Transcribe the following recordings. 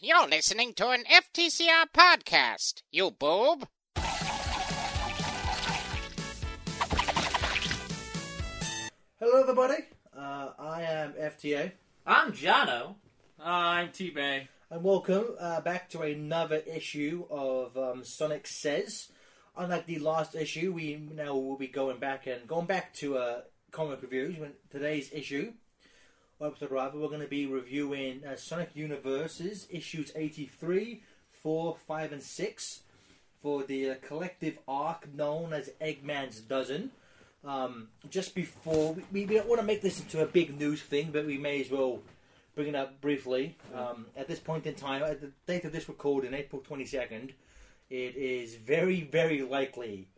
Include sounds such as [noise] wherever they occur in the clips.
You're listening to an FTCR podcast, you boob. Hello, everybody. Uh, I am FTA, I'm Jono. Uh, I'm T Bay. and welcome uh, back to another issue of um, Sonic Says. Unlike the last issue, we now will be going back and going back to uh, comic reviews. When today's issue, or episode rather, we're going to be reviewing uh, Sonic Universes issues 83, 4, 5, and 6 for the uh, collective arc known as Eggman's Dozen. Um, just before, we- we, we don't want to make this into a big news thing, but we may as well bring it up briefly. Um, at this point in time, at the date of this recording, April 22nd, it is very, very likely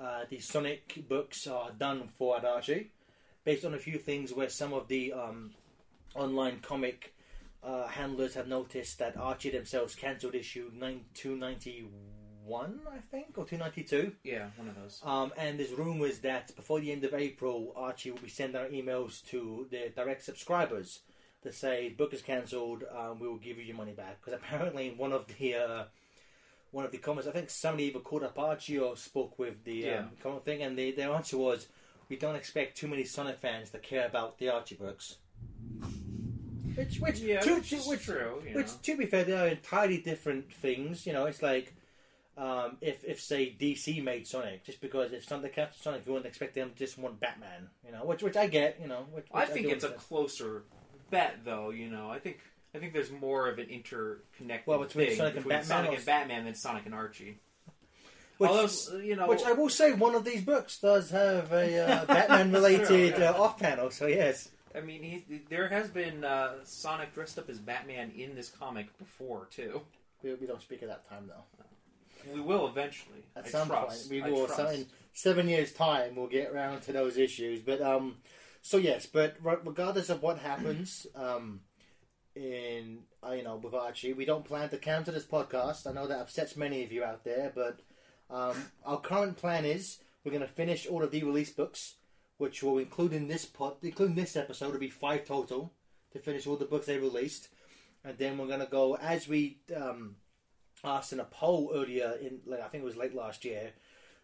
uh, the Sonic books are done for Adachi, based on a few things where some of the um, online comic uh, handlers have noticed that Archie themselves cancelled issue 9- 291, I think, or 292. Yeah, one of those. Um, and there's rumours that before the end of April, Archie will be sending out emails to their direct subscribers to say book is cancelled. Um, we will give you your money back because apparently in one of the uh, one of the comments, I think somebody either called up Archie or spoke with the Yeah. um, comment thing, and the, their answer was, "We don't expect too many Sonic fans to care about the Archie books." Which, which, Yeah, to- which to- is which- true, you which, know. to be fair, they are entirely different things. You know, it's like um, if if say DC made Sonic, just because if Sonic captured Sonic, you wouldn't expect them to just want Batman. You know, which which I get. You know, which, I which think do it's a understand. closer bet, though. You know, I think I think there's more of an interconnected Well, between thing Sonic and between Batman Sonic or- and Batman than Sonic and Archie. Which- Although s- you know, Which I will say, one of these books does have a [laughs] uh, Batman-related Sure, yeah. uh, off-panel. So yes, I mean, he, there has been uh, Sonic dressed up as Batman in this comic before too. we, we don't speak at that time though. We will eventually. At I some trust. point, I we will. trust. So in seven years' time, we'll get around to those issues. But um, so yes, but re- regardless of what happens, [clears throat] um, in uh, you know with Archie, we don't plan to counter this podcast. I know that upsets many of you out there, but um, our current plan is we're going to finish all of the release books, which will include in this pod, including this episode, will be five total to finish all the books they released, and then we're going to go as we. Um, asked in a poll earlier in like I think it was late last year.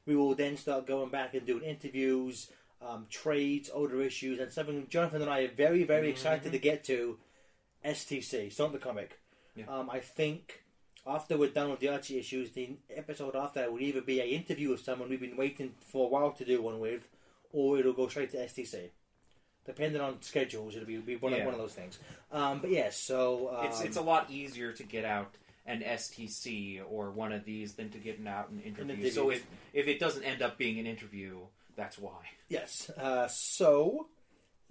We will then start going back and doing interviews, um, trades, older issues, and something Jonathan and I are very, very Mm-hmm. excited to get to. STC, Sonic the Comic. Yeah. Um, I think after we're done with the Archie issues, the episode after that will either be an interview with someone we've been waiting for a while to do one with, or it'll go straight to STC. Depending on schedules, it'll be, be one, of, Yeah. one of those things. Um, but yes, so um, it's it's a lot easier to get out an STC or one of these than to get out an interview. interview. So if if it doesn't end up being an interview, that's why. Yes. Uh, so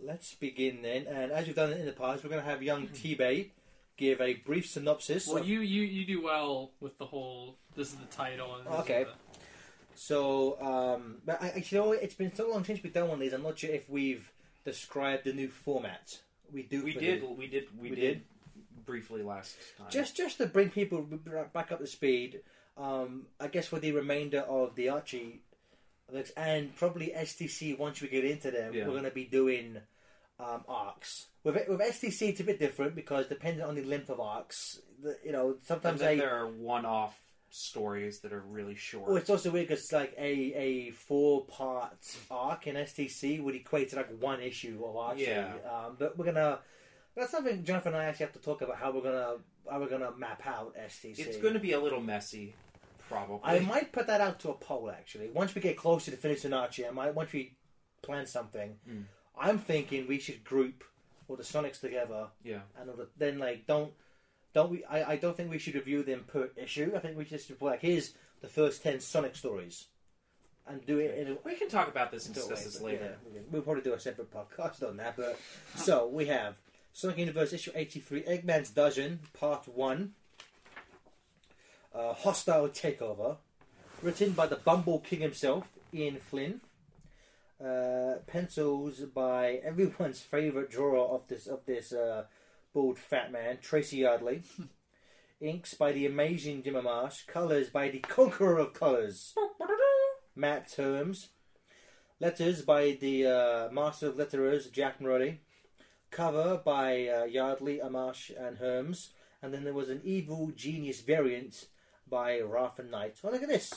let's begin then. And as we've done it in the past, we're going to have young T-Bay give a brief synopsis. Well, of- you, you you do well with the whole. This is the title. And this is Okay. the- so, um, but I, I- you know, what, it's been so long since we've done one of these. I'm not sure if we've described the new format. We do. We for did the- we did we, We did, briefly last time. Just, just to bring people back up to speed. Um, I guess for the remainder of the Archie books and probably STC once we get into them, Yeah. we're going to be doing um, arcs. With with STC, it's a bit different because depending on the length of arcs, the, you know, and sometimes then a there are one off stories that are really short. well, it's also weird because like a a four part arc in STC would equate to like one issue of Archie. Yeah. Um, but we're gonna. That's something Jonathan and I actually have to talk about how we're gonna how we're gonna map out STC. it's going to be a little messy, probably. I might put that out to a poll actually. Once we get closer to finishing Archie, I might once we plan something. Hmm. I'm thinking we should group all the Sonics together, yeah. and all the, then like don't don't we? I, I don't think we should review them per issue. I think we just report like here's the first ten Sonic stories, and do it in a We can talk about this and Don't discuss wait, this but later. yeah, we'll probably do a separate podcast on that. [laughs] But so we have Sonic Universe issue eighty-three, Eggman's Dozen, Part One, uh, Hostile Takeover, written by the Bumble King himself, Ian Flynn, uh, pencils by everyone's favorite drawer of this of this uh, bald fat man, Tracy [laughs] Yardley. Inks by the amazing Jim Marsh, colors by the conqueror of colors, Matt Terms. Letters by the uh, master of letterers Jack Murray. Cover by uh, Yardley, Amash, and Herms. and then there was an Evil Genius variant by Wrath and Knight. So look at this.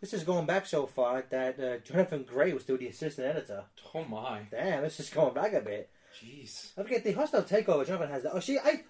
This is going back so far that uh, Jonathan Gray was still the assistant editor. Oh my. Damn, this is going back a bit. Jeez. I forget the hostile takeover. Jonathan has that. Oh, see, I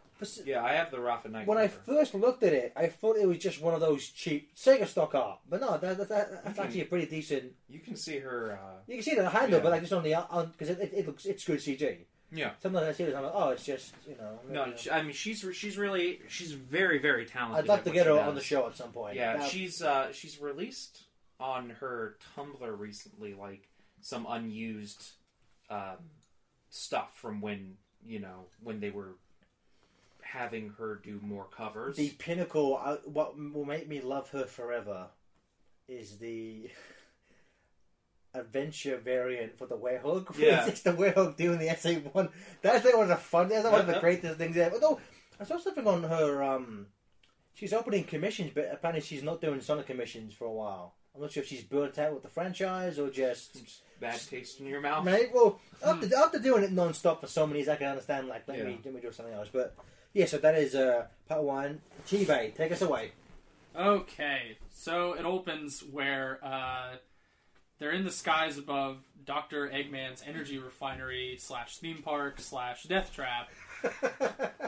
Yeah, I have the Rafa Knight. when I cover. first looked at it, I thought it was just one of those cheap Sega stock art. But no, that, that, that, that's Mhm. actually a pretty decent. you can see her. Uh, You can see the handle, Yeah. but like just on the on because it, it, it looks it's good CG. Yeah. Sometimes I see this, I'm like, oh, it's just you know. no, she- I mean she's she's really she's very very talented. I'd like at to what get she her does. on the show at some point. Yeah, That- she's uh, she's released on her Tumblr recently, like some unused um, stuff from when you know when they were having her do more covers. the pinnacle. I, what will make me love her forever is the adventure variant for the [laughs] werewolf. Yeah. it's just the werewolf doing the SA one. That's like one of the fun. That's like one of the Uh-huh. greatest things ever. Although I saw something on her. Um, she's opening commissions, but apparently she's not doing Sonic commissions for a while. I'm not sure if she's burnt out with the franchise or just. Just bad taste in your mouth. Right. Well, after, after doing it non-stop for so many years, I can understand. Like, let me Yeah. let me do something else. But yeah, so that is uh, part one. TV, take us away. Okay, so it opens where uh, they're in the skies above Doctor Eggman's energy refinery slash theme park slash death trap,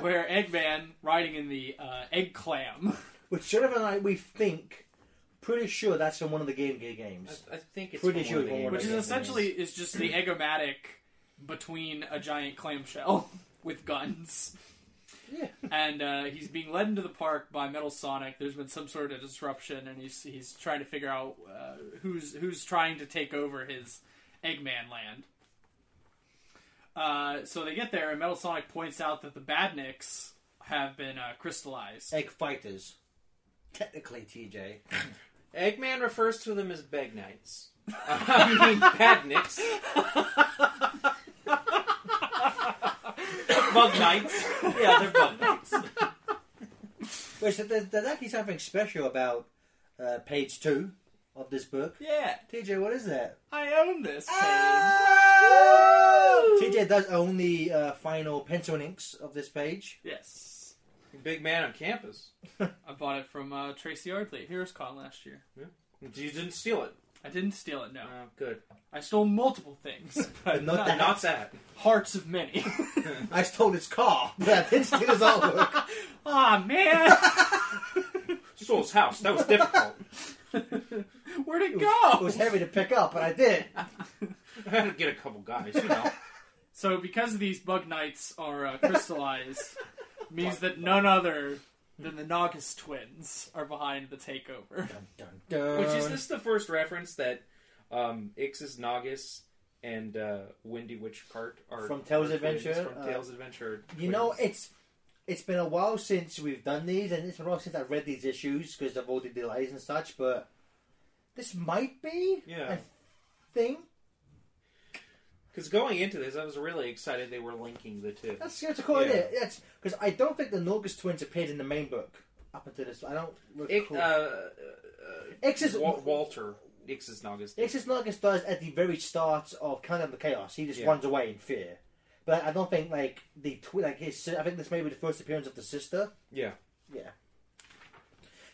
where Eggman riding in the uh, egg clam. [laughs] Which Jennifer and I, we think, pretty sure that's from one of the Game Gear I, games. I think it's Pretty from sure one of the it's games. one which of is Right. essentially is just the eggomatic between a giant clamshell [laughs] with guns. Yeah. And uh, he's being led into the park by Metal Sonic. There's been some sort of disruption, and he's he's trying to figure out uh, who's who's trying to take over his Eggman land. Uh, so they get there, and Metal Sonic points out that the Badniks have been uh, crystallized. Egg Fighters. Technically, TJ. Eggman refers to them as [laughs] beg knights. [laughs] I mean, badniks. bug knights. Yeah, they're bug knights. Wait, so there's, there's actually something special about uh, page two of this book. Yeah, TJ, what is that? I own this. Page. Ah! TJ does own the uh, final pencil and inks of this page. Yes. Big man on campus. I bought it from uh, Tracy Yardley at HeroesCon last year. You didn't steal it. I didn't steal it, no. Oh, good. I stole multiple [laughs] things, but Not not, that- Not that. hearts of [laughs] many. I stole his car, [laughs] but I didn't steal his artwork. Aw, man! [laughs] Soul's house. That was difficult. [laughs] Where'd it It was, go? it was heavy to pick up, but I [laughs] did. I had to get a couple guys, you know. So, because these bug knights are [laughs] uh, crystallized, means that none other than the Nagus twins are behind the takeover. Dun, dun, dun. Which is this the first reference that um, Ix's Nagus and uh, Windy Witch Cart are From Tales are twins, Adventure? From Uh, Tales Adventure. You know, twins. it's it's been a while since we've done these, and it's been a while since I've read these issues because of all the delays and such. But this might be, Yeah. I think Because going into this, I was really excited they were linking the two. that's that's a cool idea. Yeah. That's because I don't think the Norgus twins appeared in the main book up until this. I don't Ix, recall. uh, uh, Ix is Wa- Walter. Ix's Nagus. Ixis Nagus does at the very start of Countdown to Chaos. He just Yeah. runs away in fear. But I don't think like the twi- like his. si- I think this may be the first appearance of the sister. Yeah. Yeah.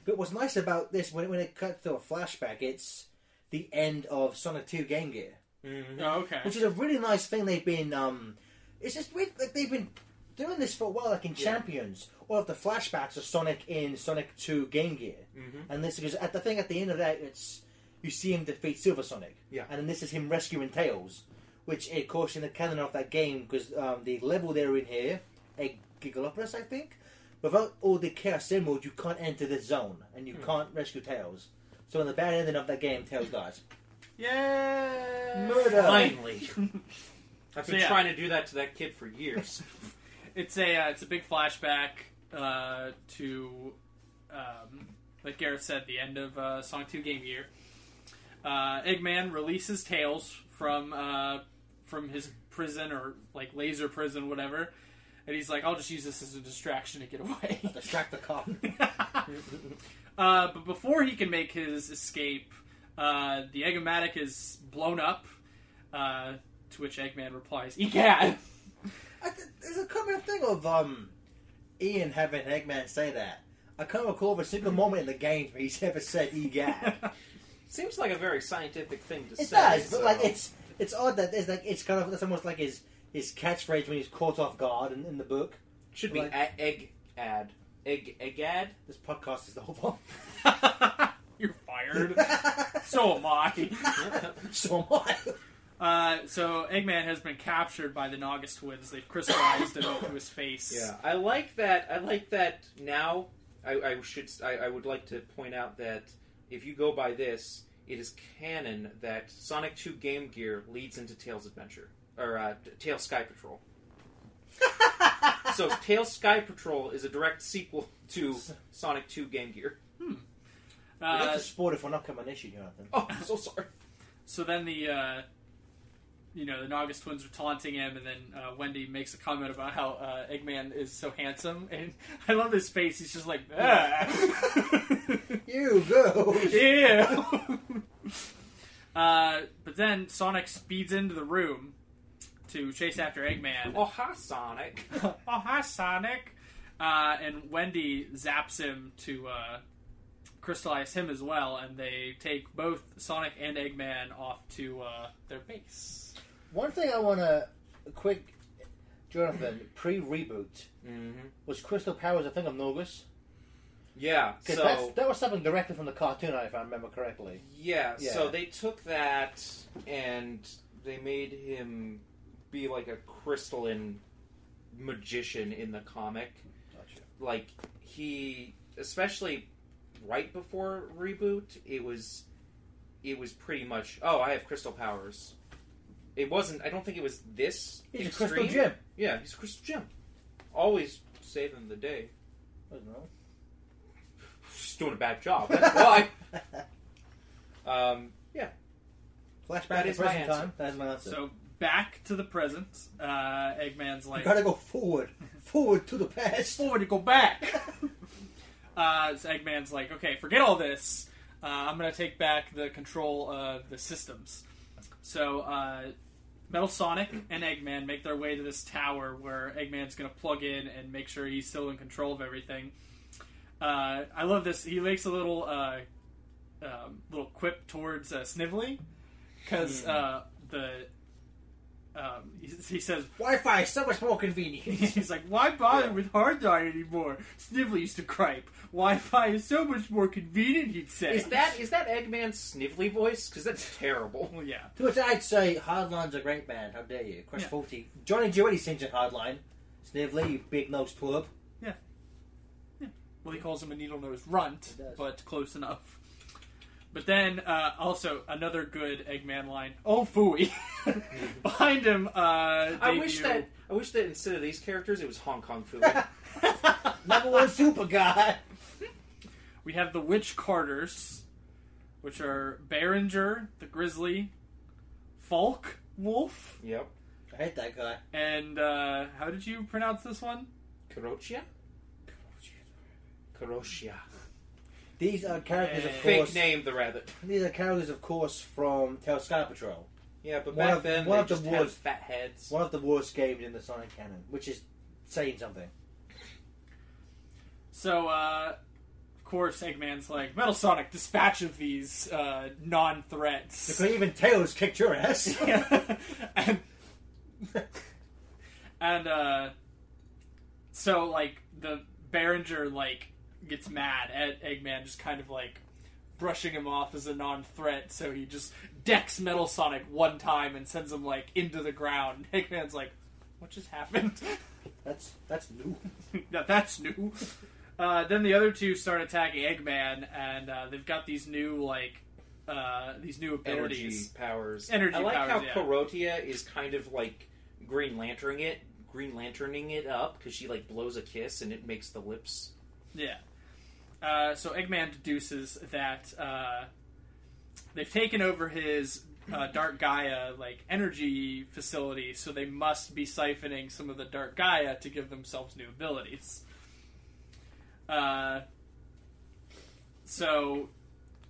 But what's nice about this, when, when it cuts to a flashback, it's the end of Sonic 2 Game Gear, Mhm. Oh, okay. which is a really nice thing they've been. Um, it's just weird, like they've been doing this for a while, like in Yeah. Champions. All of the flashbacks are Sonic in Sonic 2 Game Gear. Mhm. And this is, at the thing at the end of that, it's you see him defeat Silver Sonic. Yeah. And then this is him rescuing Tails, which, of course, in the canon of that game, because um, the level they're in here, Egg Gigalopolis, I think, without all the Chaos Emeralds, you can't enter this zone, and you can't rescue Tails. So in the bad ending of that game, Tails dies. Yay! Murder. Finally. [laughs] I've So, been yeah. trying to do that to that kid for years. It's a uh, it's a big flashback uh, to, um, like Gareth said, the end of uh, Song Two Game Gear. Uh, Eggman releases Tails from uh, from his prison or like laser prison, whatever, and he's like, "I'll just use this as a distraction to get away." [laughs] [laughs] Distract the cop. [laughs] uh, but before he can make his escape, uh, the Eggomatic is blown up. Uh, to which Eggman replies, "Egad." I th- there's a common thing of um, Ian having Eggman say that. I can't recall of a single moment in the game where he's ever said "egad." [laughs] Seems like a very scientific thing to It say. does, but so- like it's it's odd that it's like it's kind of it's almost like his his catchphrase when he's caught off guard in, in the book. should be like- a- egg ad egg egg [laughs] ad. This podcast is the whole [laughs] You're [laughs] fired. bomb. so am I. so am I. Uh, so Eggman has been captured by the Nagus twins. They've crystallized him into his face. Yeah, I like that. I like that. Now, I, I should. I, I would like to point out that if you go by this, it is canon that Sonic Two Game Gear leads into Tails Adventure or uh, Tails Sky Patrol. [laughs] so Tails Sky Patrol is a direct sequel to Sonic Two Game Gear. We have Uh, to sport if we're not coming issue, Jonathan. [laughs] Oh, I'm so sorry. so then the uh, you know the Nagus twins are taunting him, and then uh, Wendy makes a comment about how uh, Eggman is so handsome, and [laughs] I love his face. He's just like, ah. You [laughs] go. Ew. [laughs] uh, but then Sonic speeds into the room to chase after Eggman. Oh, hi Sonic. [laughs] oh hi Sonic. Uh, and Wendy zaps him to uh, crystallize him as well, and they take both Sonic and Eggman off to uh, their base. One thing I want to quick, Jonathan, pre reboot hmm was Crystal Powers a thing of Norgus? Yeah. Because So that was something directly from the cartoon, if I remember correctly. Yeah, so Yeah. they took that and they made him be like a crystalline magician in the comic. Gotcha. Like he especially right before reboot, it was it was pretty much, oh, I have crystal powers. It wasn't I don't think it was this He's a extreme. Crystal Jim. Yeah, he's a crystal gem. Always saving the day. I don't know. Just doing a bad job. That's [laughs] [laughs] why. Um, yeah. Flashback That to is my present answer. time. That's my answer. So back to the present. Uh, Eggman's you like, gotta go [laughs] forward, forward to the past. forward to go back. [laughs] uh, so Eggman's like, okay, forget all this. Uh, I'm gonna take back the control of the systems. So uh, Metal Sonic and Eggman make their way to this tower where Eggman's gonna plug in and make sure he's still in control of everything. Uh, I love this. He makes a little uh, um, little quip towards uh, Snively because uh, the um, he, he says Wi-Fi is so much more convenient. [laughs] He's like, why bother Yeah. with hard drive anymore? Snively used to gripe. Wi-Fi is so much more convenient, he'd say. Is that is that Eggman's snivelly voice? Because that's terrible. [laughs] [laughs] Well, yeah. to which I'd say, Hardline's a great band. How dare you, Chris Yeah. Forty, Johnny Jewett sings in Hardline. Snively, you big-nosed twerp. Well, he calls him a needle-nosed runt, He does. but close enough. But then, uh, also, another good Eggman line. Oh, [laughs] fooey. Behind him, uh, I wish debut- that I wish that instead of these characters, it was Hong Kong food. [laughs] Number one [laughs] super guy. we have the Witch Carters, which are Behringer, the Grizzly, Falk, Wolf, yep, I hate that guy. and, uh, how did you pronounce this one? Karochia, Karochia. These are characters, of Fake course. Fake name, the rabbit. These are characters, of course, from Tail Sky Patrol. Yeah, One but back of- then one they of the just had worst- fat heads. One of the worst games in the Sonic canon, which is saying something. So, uh, of course, Eggman's like, Metal Sonic, dispatch of these uh, non threats. Because even Tails kicked your ass. [laughs] and and uh, so, like, the Behringer, like, gets mad at Eggman, just kind of like brushing him off as a non threat, so he just decks Metal Sonic one time and sends him, like, into the ground. [laughs] Eggman's like, what just happened? that's that's new. [laughs] now that's new. Uh, then the other two start attacking Eggman, and uh, they've got these new like uh, these new Energy abilities. powers. Energy I like powers, how yeah. Karotia is kind of like Green Lanterning it, Green Lanterning it up because she like blows a kiss and it makes the lips. Yeah. Uh, so Eggman deduces that uh, they've taken over his uh, Dark Gaia like energy facility, so they must be siphoning some of the Dark Gaia to give themselves new abilities. Uh, so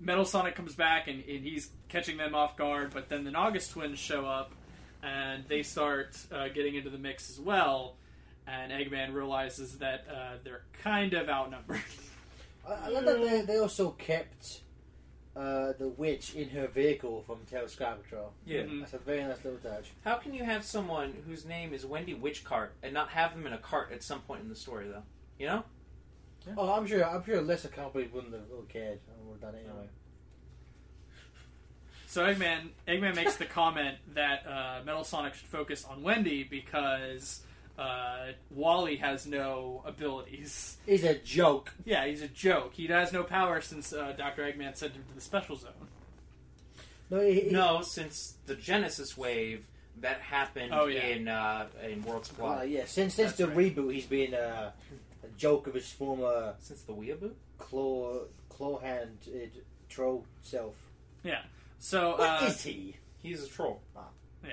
Metal Sonic comes back and, and he's catching them off guard, but then the Nagus twins show up and they start uh, getting into the mix as well. and Eggman realizes that uh, they're kind of outnumbered. I, I love that they, they also kept uh, the witch in her vehicle from Telescope Patrol. [laughs] Yeah. Mhm. That's a very nice little touch. How can you have someone whose name is Wendy Witchcart and not have them in a cart at some point in the story, though? You know? Oh, I'm sure. I'm sure a lesser company wouldn't have really cared. I would have done it anyway. So Eggman, Eggman makes the comment that uh, Metal Sonic should focus on Wendy because uh, Wally has no abilities. [laughs] He's a joke. Yeah, he's a joke. He has no power since uh, Doctor Eggman sent him to the special zone. No, he, he- No, since the Genesis wave that happened Oh, yeah. in uh, in World's Uh, Collide. yeah, since since That's the right. reboot, he's been uh, a joke of his former Since the Weeaboo? claw claw handed troll self. So What uh, is he? He's a troll. Ah. Yeah.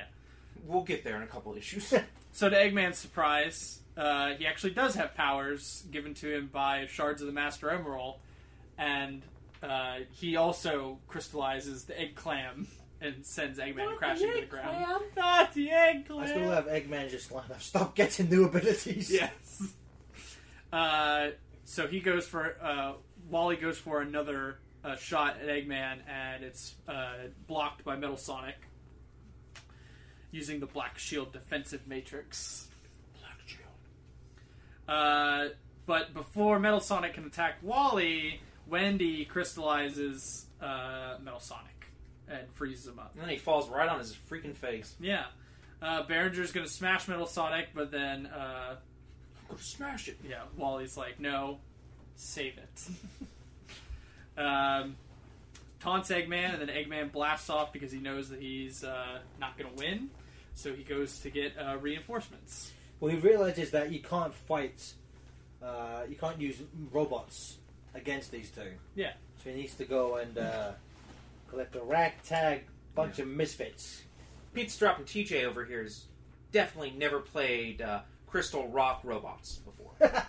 We'll get there in a couple issues. So to Eggman's surprise, uh, he actually does have powers given to him by shards of the Master Emerald, and uh, he also crystallizes the egg clam and sends Eggman crashing to the ground. Not the egg I clam. still have Eggman just lined up. Stop getting new abilities. Yes. Uh, so he goes for uh, Wally goes for another uh, shot at Eggman, and it's uh, blocked by Metal Sonic using the Black Shield defensive matrix. Black Shield. Uh, but before Metal Sonic can attack Wally, Wendy crystallizes uh, Metal Sonic and freezes him up. And then he falls right on his freaking face. Yeah. Uh, Behringer's gonna smash Metal Sonic, but then, uh, I'm gonna smash it. yeah, Wally's like, no, save it. [laughs] um, taunts Eggman, and then Eggman blasts off because he knows that he's uh, not gonna win, so he goes to get uh, reinforcements. Well, he realizes that you can't fight. Uh, you can't use robots against these two. Yeah. So he needs to go and uh, collect a ragtag bunch of misfits. Pete Strop and TJ over here has definitely never played uh, Crystal Rock Robots before.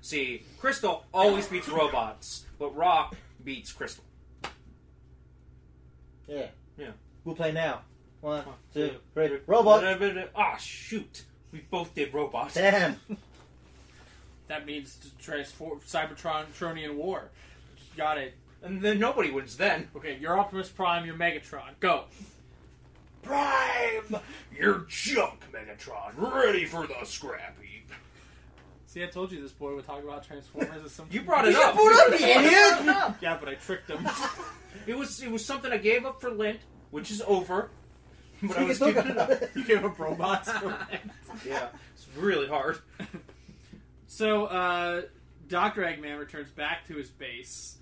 See, Crystal always beats robots, but Rock beats Crystal. Yeah. Yeah. We'll play now. One, One, two, two, three. Robot. Ah, shoot. We both [laughs] did robots. [laughs] Damn. That means to transform Cybertron Tronian War. Got it. And then nobody wins then. Okay, you're Optimus Prime, you're Megatron. Go. Prime! You're junk, Megatron. Ready for the scrap heap. See, I told you this boy would talk about Transformers as some. You brought it You up. brought it up, you You idiot! brought it up. Yeah, but I tricked him. It was it was something I gave up for Lent, which is over. [laughs] But [laughs] I You was can look giving it at up. it. [laughs] you gave up [laughs] robots. for- [laughs] yeah, it's really hard. so, uh, Doctor Eggman returns back to his base,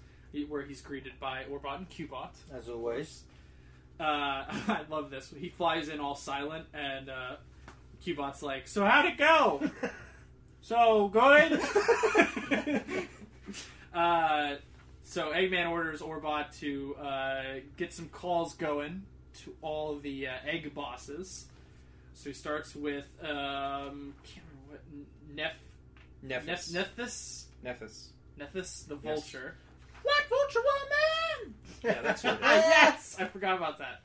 where he's greeted by Orbot and Cubot. As [laughs] always. Uh, [laughs] I love this. He flies in all silent, and uh, Cubot's like, "So how'd it go? so good." [laughs] uh, so Eggman orders Orbot to uh, get some calls going to all the uh, egg bosses. So he starts with um, can't remember what Neph Neph Nephis. Nephthys Nephis. Nephthys the Yes. vulture. What vulture woman? Yeah, that's what it Ah, [laughs] yes, I forgot about that.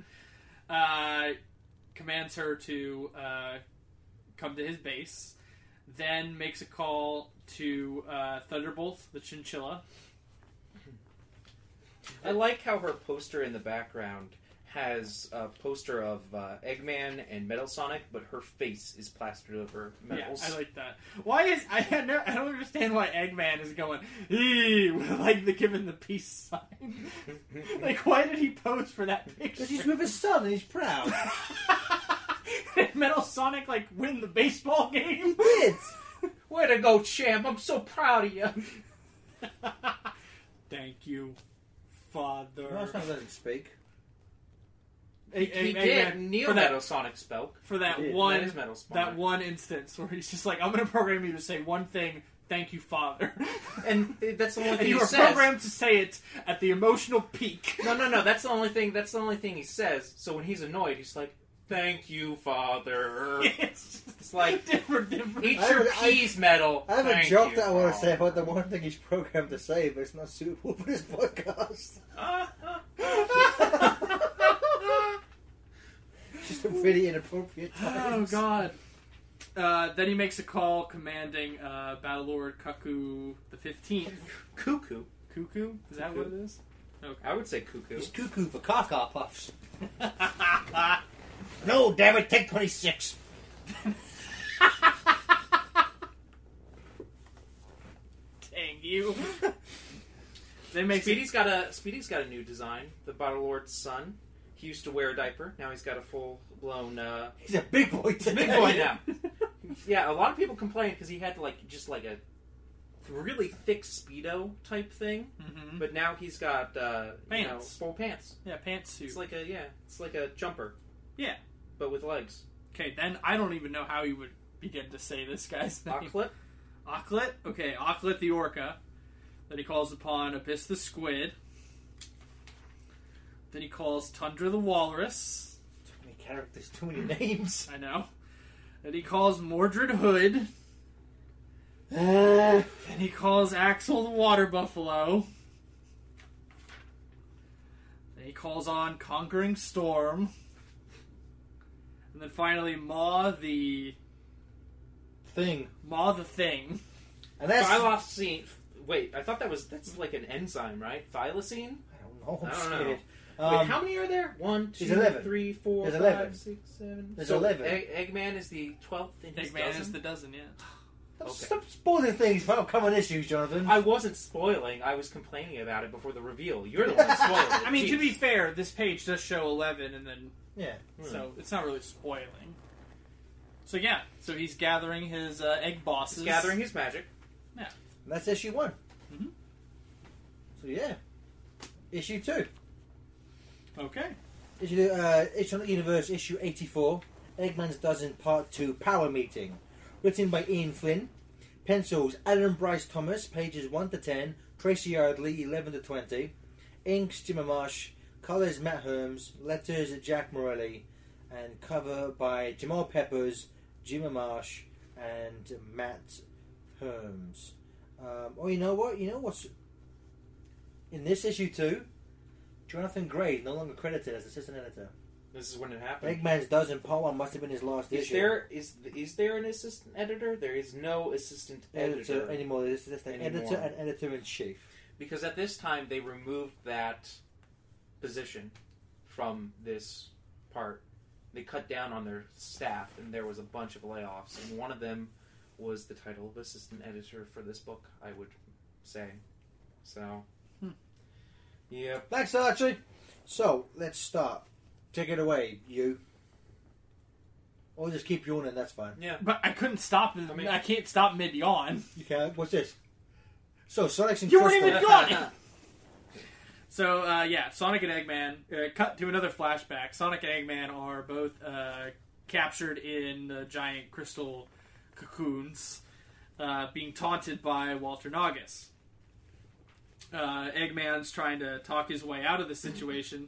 Uh, commands her to uh, come to his base, then makes a call to uh, Thunderbolt, the chinchilla. I like how her poster in the background has a poster of uh, Eggman and Metal Sonic, but her face is plastered over metals. Yeah, I like that. Why is I had no, I don't understand why Eggman is going "Ee," with, like the given the peace [laughs] sign. like, why did he pose for that picture? Because he's with his son and he's proud. [laughs] [laughs] Did Metal Sonic like win the baseball game? did. Way to go, champ! I'm so proud of you. [laughs] Thank you, Father. No, son doesn't speak. Hey, He hey, hey, did. man, Neo for that Metal Sonic spoke. for that He did. one that is Metal Sonic. that one instance where he's just like, I'm going to program you to say one thing. Thank you, Father. and [laughs] uh, that's the only and thing you he are says. programmed to say it at the emotional peak. No, no, no. That's the only thing. That's the only thing he says. So when he's annoyed, he's like, "Thank you, [laughs] Father." [laughs] it's It's like, [laughs] different, different. Eat I your have- I- peas, metal. I have a Thank joke you, that I want to Father. say about the one thing he's programmed to say, but it's not suitable for this podcast. [laughs] Just a really inappropriate. oh times. God. Uh, then he makes a call commanding uh, Battle Lord Cuckoo the 15th. Cuckoo. Cuckoo? Is that what it is? I would say cuckoo. He's cuckoo for caca puffs. Okay. [laughs] No, damn it, take 26. Dang [laughs] you. They make Speedy's got a Speedy's got a new design. The Battle Lord's son. He used to wear a diaper. Now he's got a full blown uh, He's a big boy today. big boy [laughs] now. Yeah, a lot of people complain because he had like just like a really thick speedo type thing, hmm but now he's got uh, you know Pants. full pants. Yeah, pantsuit. It's like a yeah, it's like a jumper. Yeah. but with legs. okay, then I don't even know how you would begin to say this guy's name. Ocklet. Ocklet? Okay, Ocklet the Orca. Then he calls upon Abyss the Squid. Then he calls Tundra the Walrus. Too [laughs] many characters, too many [laughs] names. I know. Then he calls Mordred Hood. Uh, Then he calls Axel the Water Buffalo. Then he calls on Conquering Storm. And then finally Maw the thing. Maw the Thing. And that's. I Thylacine. Wait, I thought that was that's like an enzyme, right? Thylacine. don't know. I'm I don't know. scared. Wait, Um, how many are there? One, two, there's 11. three, four, There's five, 11. six, seven. There's So 11. Egg, Eggman is the twelfth in his Eggman dozen? is the dozen, yeah. stop- okay. Stop spoiling things for upcoming issues, Jonathan. I wasn't spoiling. I was complaining about it before the reveal. You're the one [laughs] spoiling. it. I mean, to Jeez. be fair, this page does show 11, and then yeah. Hmm. so it's not really spoiling. So yeah, so he's gathering his uh, egg bosses. He's gathering his magic. And that's issue one. Mm-hmm. Mhm. So yeah, issue two. Okay. Issue uh, issue on the universe issue eighty four. Eggman's Dozen Part Two Power Meeting, written by Ian Flynn, pencils Adam Bryce Thomas, pages one to ten. Tracy Yardley, eleven to twenty. Inks Jim Marsh, colors Matt Herms, letters Jack Morelli, and cover by Jamal Peppers, Jim Marsh, and Matt Herms. Um, oh, you know what? You know what's in this issue too? Jonathan Gray, no longer credited as assistant editor. This is when it happened. Eggman's Dozen Part One must have been his last Is issue. there is is there an assistant editor? There is no assistant editor, editor anymore? This is just an Anymore. editor and editor in chief. because at this time they removed that position from this part. They cut down on their staff, and there was a bunch of layoffs. And one of them was the title of assistant editor for this book. I would say so. Hmm. Yep. Thanks, Archie. So let's start. Take it away, you. Or just keep yawning. That's fine. Yeah. But I couldn't stop. I, I mean- I can't stop mid yawn. You can. What's this? So Sonic's and You weren't Crystal. [laughs] even gone. So uh, yeah, Sonic and Eggman. Uh, cut to another flashback. Sonic and Eggman are both uh, captured in the giant crystal cocoons, uh, being taunted by Walter Nagus. Uh, Eggman's trying to talk his way out of the situation,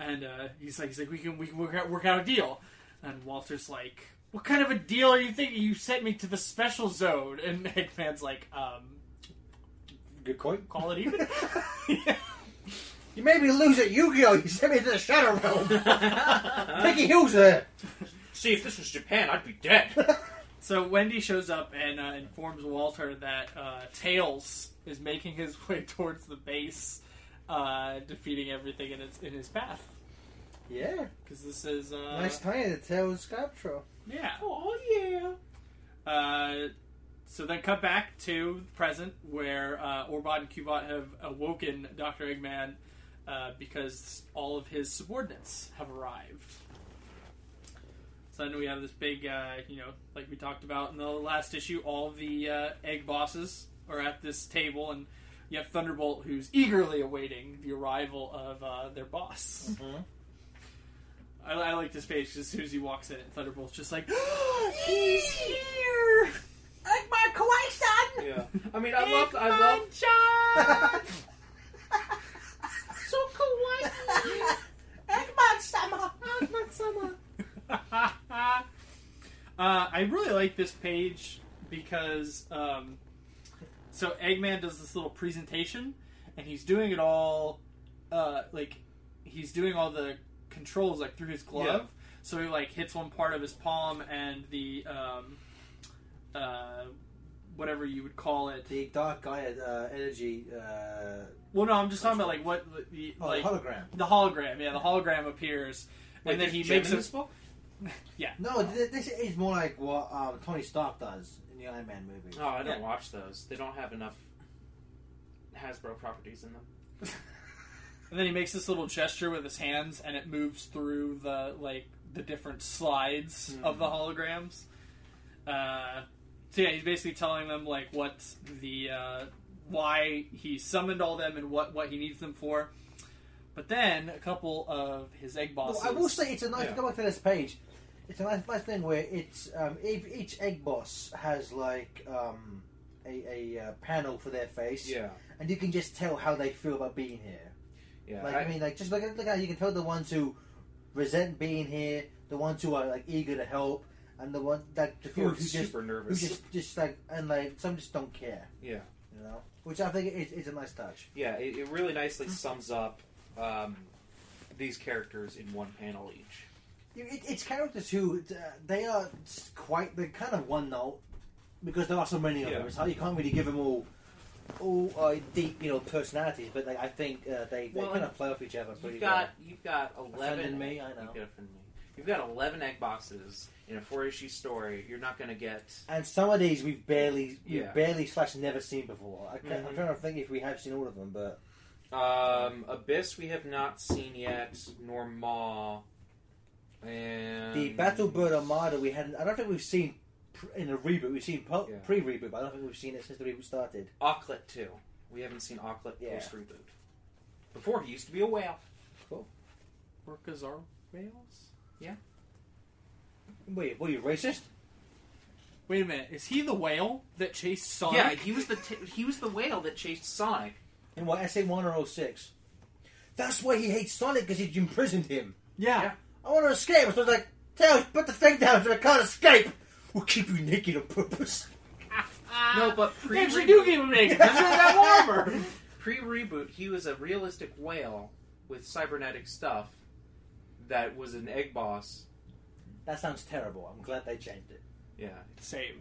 and uh, he's like, he's like, we can we can work out, work out a deal. And Walter's like, what kind of a deal are you thinking? You sent me to the special zone, and [laughs] Eggman's like, um, Good point. call it even. [laughs] Yeah. You made me lose at Yu-Gi-Oh. You sent me to the Shadow [laughs] Realm. Peggy Hill's there. See, if this was Japan, I'd be dead. So Wendy shows up and uh, informs Walter that uh, Tails is making his [laughs] way towards the base, uh, defeating everything in, its, in his path. Yeah. Because this is uh, nice tie. The tail sculpture. yeah. oh yeah. Uh, so then cut back to the present where uh, Orbot and Cubot have awoken Dr. Eggman uh, because all of his subordinates have arrived. So then we have this big, uh, you know, like we talked about in the last issue, all the uh, egg bosses are at this table, and you have Thunderbolt who's eagerly awaiting the arrival of uh, their boss. Uh-huh. I, I like this page 'cause as soon as he walks in, Thunderbolt's just like, [gasps] he's here. Eggman collection. Yeah. I mean, I love, I love so kawaii. Eggman Summer. Eggman Summer. uh, [laughs] I really like this page because um, so Eggman does this little presentation, and he's doing it all uh, like he's doing all the controls like through his glove. Yeah. So he like hits one part of his palm, and the um, uh, whatever you would call it. The dark guy uh, energy, uh, Well, no, I'm just talking about like what the oh, like hologram. the hologram. Yeah, the hologram appears, and then he makes a this book. No, th- this is more like what um, Tony Stark does in the Iron Man movie. Oh, I don't Yeah. watch those. They don't have enough Hasbro properties in them. and then he makes this little gesture with his hands, and it moves through the like the different slides Mhm. Hmm. of the holograms. Uh, so yeah, he's basically telling them like what the uh, why he summoned all them and what what he needs them for. But then a couple of his egg Well, bosses. I will say it's a nice. Yeah. Go back to this page. It's a nice, nice thing where it's um, each, each egg boss has like um, a, a uh, panel for their face, Yeah, and you can just tell how they feel about being here. yeah. like I, I, mean, like just look at look at how you can tell the ones who resent being here, the ones who are like eager to help, and the one like the who few are who just super who nervous. just just like and like some just don't care, yeah, you know. Which I think is, is a nice touch. yeah. It, it really nicely sums up um, these characters in one panel each. You- It, it's characters who uh, they are s- quite they're kind of one note because there are so many of Yeah. them. It's hard you can't really give them all. All uh, deep, you know, personalities, but like, I think uh, they, they Well, kind of play off each other pretty You've got you've got well. eleven. Offended me, I You've know, got, offended me. You've got eleven egg boxes in a four issue story. You're not going to get. and some of these we've barely, Yeah. we've barely slash never seen before. I can't, Mhm. I'm trying to think if we have seen all of them, but Um, Abyss we have not seen yet, nor Maw. And the Battlebird Armada we hadn't. I don't think we've seen pr- in a reboot. We've seen po- Yeah. pre-reboot, but I don't think we've seen it since the reboot started. Auklet too. We haven't seen Auklet Yeah. post reboot. Before he used to be a whale. Orcas are whales. Wait, were you racist? Wait a minute, is he the whale that chased Sonic? Yeah, he was the t- he was the whale that chased Sonic. In what SA one or 06? That's why he hates Sonic because he imprisoned him. Yeah. Yeah. I want to escape. So I was like, "Tell, put the thing down, so I can't escape. We'll keep you naked on purpose." No, but They pre actually do [laughs] give him [laughs] eggs. That's that warmer. pre reboot, he was a realistic whale with cybernetic stuff that was an egg boss. That sounds terrible. I'm glad they changed it. Yeah, Same.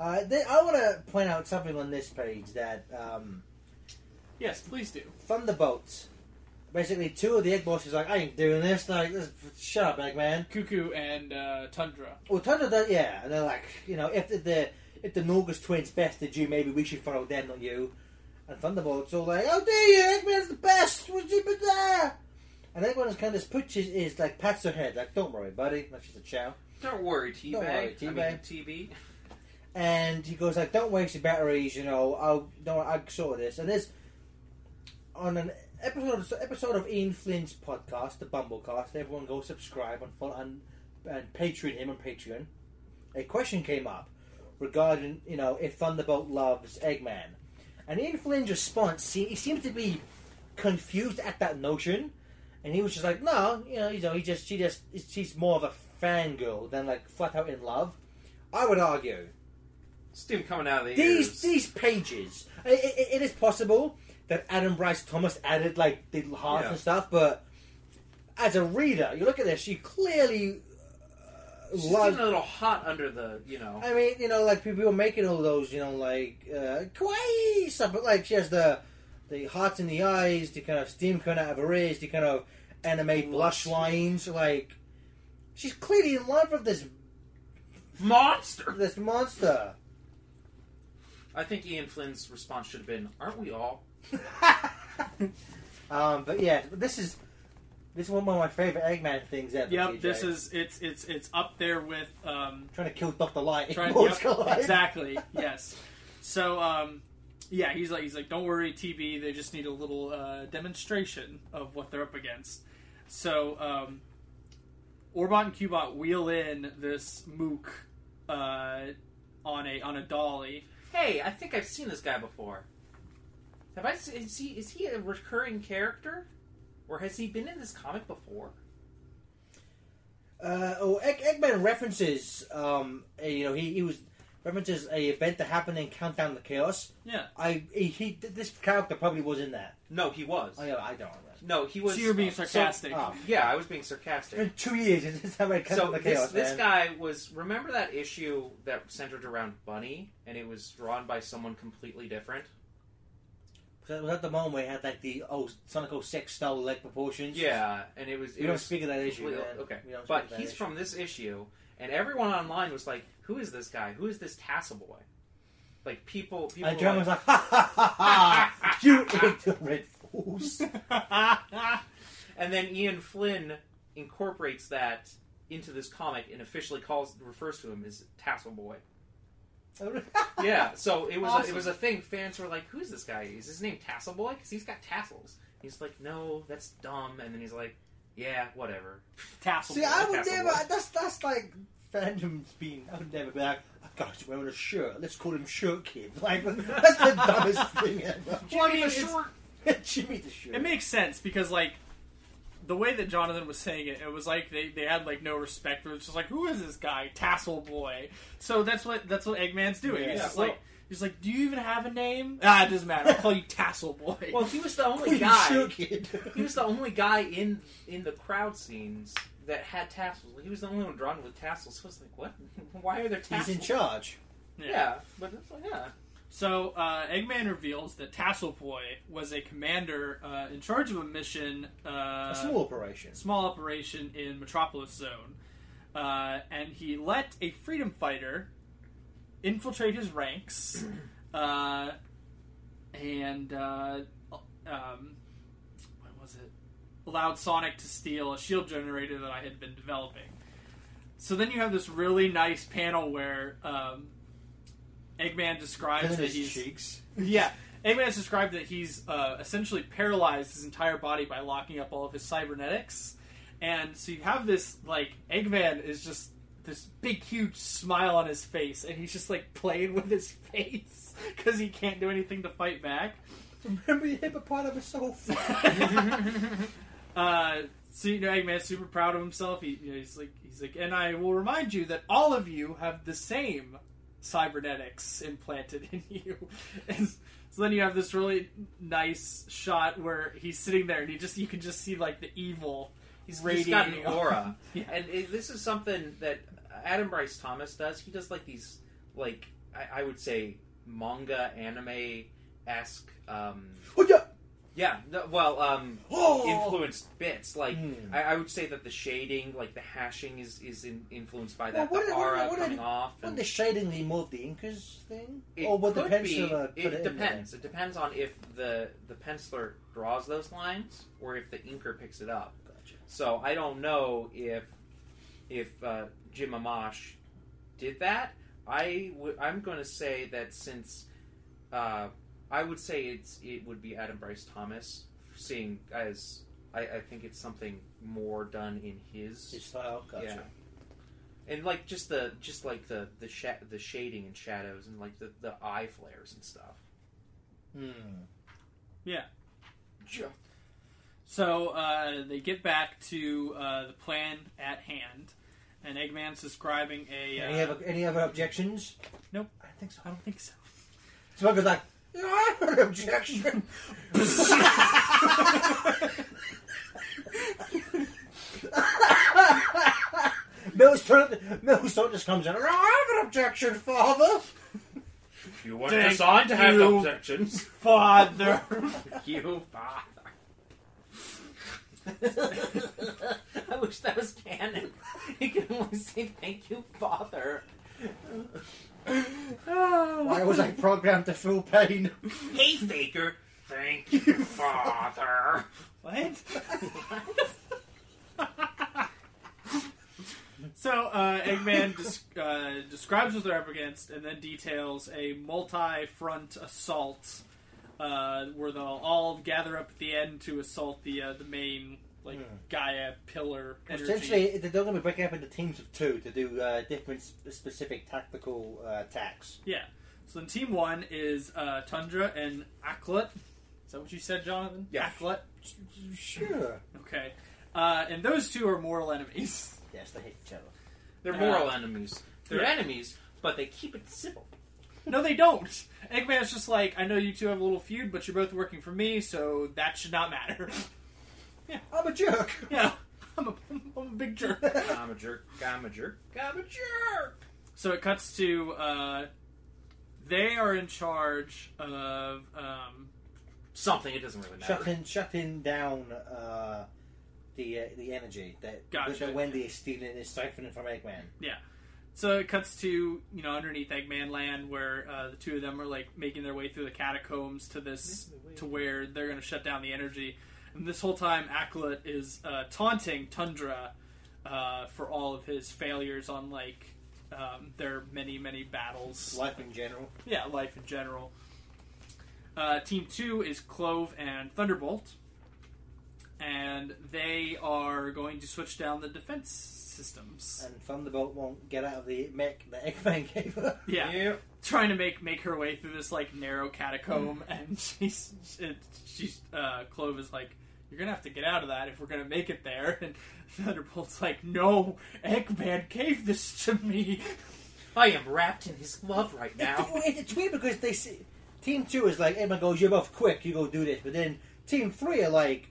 Uh, then I want to point out something on this page that um, Yes, please do. Thunderbolts. Basically, two of the egg bosses are like, I ain't doing this. Like, this, shut up, egg man. Cuckoo and uh, Tundra. Well, Thunder does, yeah. And they're like, you know, if the, the if the Norgus twins bested you, maybe we should follow them, not you. And Thunderbolt's all like, "How dare you? Eggman's the best. Would you be there?" And Eggman's kind of just pushes is like pats her head, like, "Don't worry, buddy." Like she's a chow. don't worry, Don't worry, T-Bag. T-Bag. I mean, TB. and he goes like, "Don't waste your batteries," you know. I'll no, I sort this. And this on an episode episode of Ian Flynn's podcast, the Bumblecast. Everyone go subscribe and follow and, and Patreon him on Patreon. A question came up regarding you know if Thunderbolt loves Eggman, and Ian Flynn's response he, he seems to be confused at that notion. And he was just like, no, you know, you know, he just, she just, she's more of a fangirl than like flat out in love. I would argue Steam coming out of the these ears. these pages. I- I- I- it is possible that Adam Bryce Thomas added like the heart Yeah. and stuff, but as a reader, you look at this. You clearly uh, She's love. getting a little hot under the, you know. I mean, you know, like people were making all those, you know, like uh, kawaii stuff, but like she has the the hearts in the eyes, the kind of steam coming out of her ears, the kind of anime blush lines. Like she's clearly in love with this Monster. this monster. I think Ian Flynn's response should have been, "Aren't we all?" [laughs] um, but yeah, this is this is one of my favorite Eggman things ever. Yep, TJ. this is it's it's it's up there with [laughs] um trying to kill Doctor Light. in trying Mortal yep, Kombat. [laughs] exactly yes. So um yeah, he's like he's like don't worry TB, they just need a little uh, demonstration of what they're up against. So um Orbot and Cubot wheel in this mook uh, on a on a dolly. Hey, I think I've seen this guy before. Have I? s- Is he? Is he a recurring character, or has he been in this comic before? Uh, oh, Egg- Eggman references. Um, uh, you know, he, he was references a event that happened in Countdown to Chaos. Yeah. I he, he this character probably was in there. No, he was. Oh yeah, I don't remember. No, he was. uh, so you're being so- sarcastic. Oh. yeah, I was being It's sarcastic. been two years since I read Countdown so to this, Chaos. this man. guy was remember that issue that centered around bunny and it was drawn by someone completely different So it was at the moment where he had like the oh Sonic 06 style leg proportions. yeah and it was We it don't was speak of that issue. completely- man. okay We don't speak but of that he's issue. from this issue and everyone online was like who is this guy who is this tassel boy like people people And were German's like, like, ha ha ha ha! [laughs] You ignorant fools! [laughs] [laughs] and then ian flynn incorporates that into this comic and officially calls refers to him as tassel boy yeah, so it was a, Awesome. it was a thing. Fans were like, "Who's this guy? Is his name Tassel Boy? Because he's got tassels." He's like, "No, that's dumb." And then he's like, "Yeah, whatever." Tassel. See, I would Castle never. Boy. That's that's like fandom's been. I would never be like, I've got to wear a shirt. Let's call him Shirt Kid. [laughs] Like that's the dumbest [laughs] thing ever. Well, I mean, the it's- short- Jimmy the Shirt. [laughs] it makes sense because like the way that Jonathan was saying it, it was like they, they had like no respect for it. It's just like who is this guy, Tassel Boy? So that's what that's what Eggman's doing. Yeah. He's just Well- like he's like, do you even have a name? Ah, it doesn't matter. [laughs] I'll call you Tassel Boy. [laughs] Well, he was the Call only him guy. Shirt Kid. [laughs] He was the only guy in in the crowd scenes that had tassels. He was the only one drawn with tassels. So I was like, "What? [laughs] Why are there tassels?" He's in charge. Yeah. but it's like, yeah, So uh, Eggman reveals that Tassel Boy was a commander uh, in charge of a mission. Uh, A small operation. small operation in Metropolis Zone, uh, and he let a freedom fighter infiltrate his ranks, [clears throat] uh, and uh, um, what was it? Allowed Sonic to steal a shield generator that I had been developing. So then you have this really nice panel where um, Eggman describes Killing that his he's cheeks. yeah. Eggman has described that he's uh, essentially paralyzed his entire body by locking up all of his cybernetics. And so you have this, like, Eggman is just this big, huge smile on his face, and he's just, like, playing with his [laughs] face because he can't do anything to fight back. Remember the hippopotamus so [laughs] [laughs] uh, so, you know, Eggman's super proud of himself. He, you know, he's like, he's like, and I will remind you that all of you have the same cybernetics implanted [laughs] in you. And so then you have this really nice shot where he's sitting there and you just you can just see like the evil. he's, he's got an Radiating off. [laughs] aura, Yeah. and it, this is something that Adam Bryce Thomas does. He does like these, like I, I would say, manga anime esque. Um, [laughs] yeah, no, well, um, Oh! influenced bits. Like Hmm. I, I would say that the shading, like the hashing, is is in, influenced by that. Well, what the did- what aura did- what did- coming off. When and- the shading, they moved the Incas thing, it or what the could penciler be, put it in there? depends. It depends on if the the penciler draws those lines or if the inker picks it up. Gotcha. So I don't know if if uh, Jim Amash did that. I w- I'm going to say that since uh, I would say it's it would be Adam Bryce Thomas, seeing as I, I think it's something more done in his His style, gotcha. Yeah. and like just the just like the the sha- the shading and shadows and like the the eye flares and stuff. Hmm. Ju- So uh, they get back to uh, the plan at hand, and Eggman's describing a. Uh, Any other any other objections? Nope. I don't think so. I don't think so. So I was like, "Yeah, I have an [laughs] objection. Mills Mills just comes in. I have an objection, Father. You want Thank this on to have you. objections? Father. you father. [laughs] I wish that was canon. You can only say thank you, father. Why was [laughs] I programmed to feel pain? Hey, faker. Thank you, father. What? [laughs] so uh, Eggman des- uh, describes what they're up against, and then details a multi-front assault uh, where they'll all gather up at the end to assault the uh, the main like Hmm. Gaia pillar. Energy. Essentially, they're going to be breaking up into teams of two to do uh, different sp- specific tactical uh, attacks. yeah. So then team one is uh, Tundra and Aklet. Is that what you said, Jonathan? Yeah. Aklet. Sure. Okay. Uh, and those two are mortal enemies. [laughs] Yes, they hate each other. They're Uh, moral enemies. They're yeah. enemies, but they keep it civil. No, they don't. Eggman's just like, I know you two have a little feud, but you're both working for me, so that should not matter. [laughs] I'm a jerk. [laughs] yeah, I'm a, I'm a big jerk. I'm a jerk. I'm a jerk. I'm a jerk. So it cuts to uh, they are in charge of um, Something. It doesn't really matter. shutting shutting down uh, the uh, the energy that, Gotcha. that Wendy is stealing is siphoning from Eggman. So it cuts to you know underneath Eggman Land where uh, the two of them are like making their way through the catacombs to Mm-hmm. this to where they're going to shut down the energy. And this whole time, Aklet is uh, taunting Tundra uh, for all of his failures on like um, their many many battles. Life in general. Yeah, life in general. Uh, team two is Clove and Thunderbolt, and they are going to switch down the defense systems. And Thunderbolt won't get out of the mech that Eggman [laughs] gave her. Yeah. Yep. trying to make make her way through this like narrow catacomb, and [laughs] she's it, she's uh, Clove is like, "You're gonna have to get out of that if we're gonna make it there." [laughs] And Thunderbolt's like, "No, Eggman gave this to me." [laughs] I am wrapped in his love right It's, [laughs] now. it's- it's weird because they see Team Two is like Eggman goes, "You're both quick, you go do this," but then Team Three are like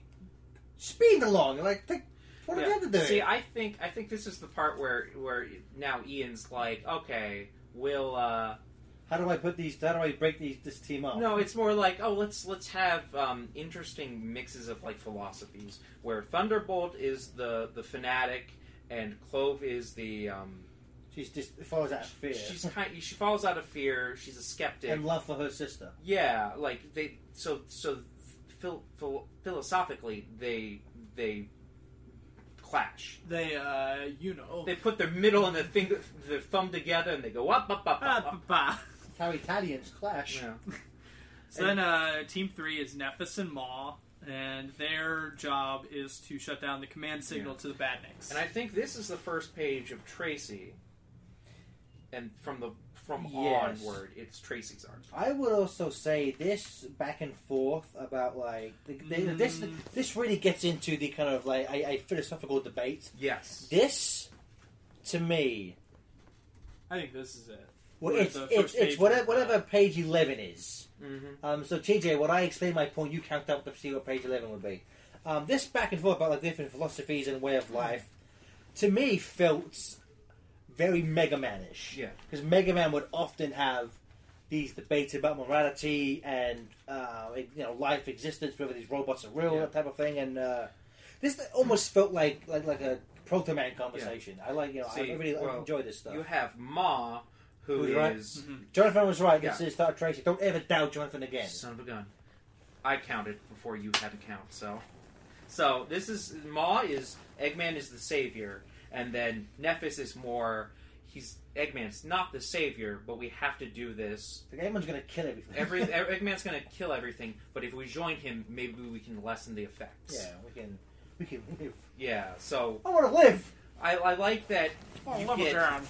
speed along, like "Th- what are Yeah. they ever doing? See, I think I think this is the part where where now Ian's like, okay, we'll. uh how do I put these? How do I break these this team up? No, it's more like, oh, let's let's have um, interesting mixes of like philosophies, where Thunderbolt is the the fanatic, and Clove is the. Um, she's just it follows out of fear She's kind. She falls out of fear. She's a skeptic. and love for her sister. Yeah, like they so so phil, phil, philosophically they they clash. They, uh, you know, [laughs] They put their middle and their finger, their thumb together, and they go up, up, up, Ah, up. bah, up. bah. That's how Italians clash. Yeah. So then, uh, Team Three is Nephis and Maw, and their job is to shut down the command signal to the Badniks. And I think this is the first page of Tracy, and from the from Yes. onward, it's Tracy's art. I would also say this back and forth about like the, the, this Mm. this really gets into the kind of like a, a philosophical debate. Yes. This to me, I think this is it. well, Where's it's the it's, first it's page whatever, of that? whatever page eleven is. Mm-hmm. Um, so TJ, when I explain my point, you count up to see what page eleven would be. Um, this back and forth about like different philosophies and way of life, to me felt very Mega Manish. Yeah. because Mega Man would often have these debates about morality and uh, you know life existence, whether these robots are real, Yeah. that type of thing. And uh, this almost felt like like like a Proto Man conversation. I like you know See, I really well, enjoy this stuff. You have Ma, who Who's right? Mm-hmm. is Jonathan was right. This Yeah. is Star Tracy. Don't ever doubt Jonathan again. Son of a gun. I counted before you had to count, so. So, this is. Maw is. Eggman is the savior, and then Nephis is more. He's. Eggman's not the savior, but we have to do this. The Eggman's gonna kill everything. [laughs] Every [laughs] Eggman's gonna kill everything, but if we join him, maybe we can lessen the effects. yeah, we can we can live. Yeah, so. I want to live. I, I like that. Oh, you level get- ground.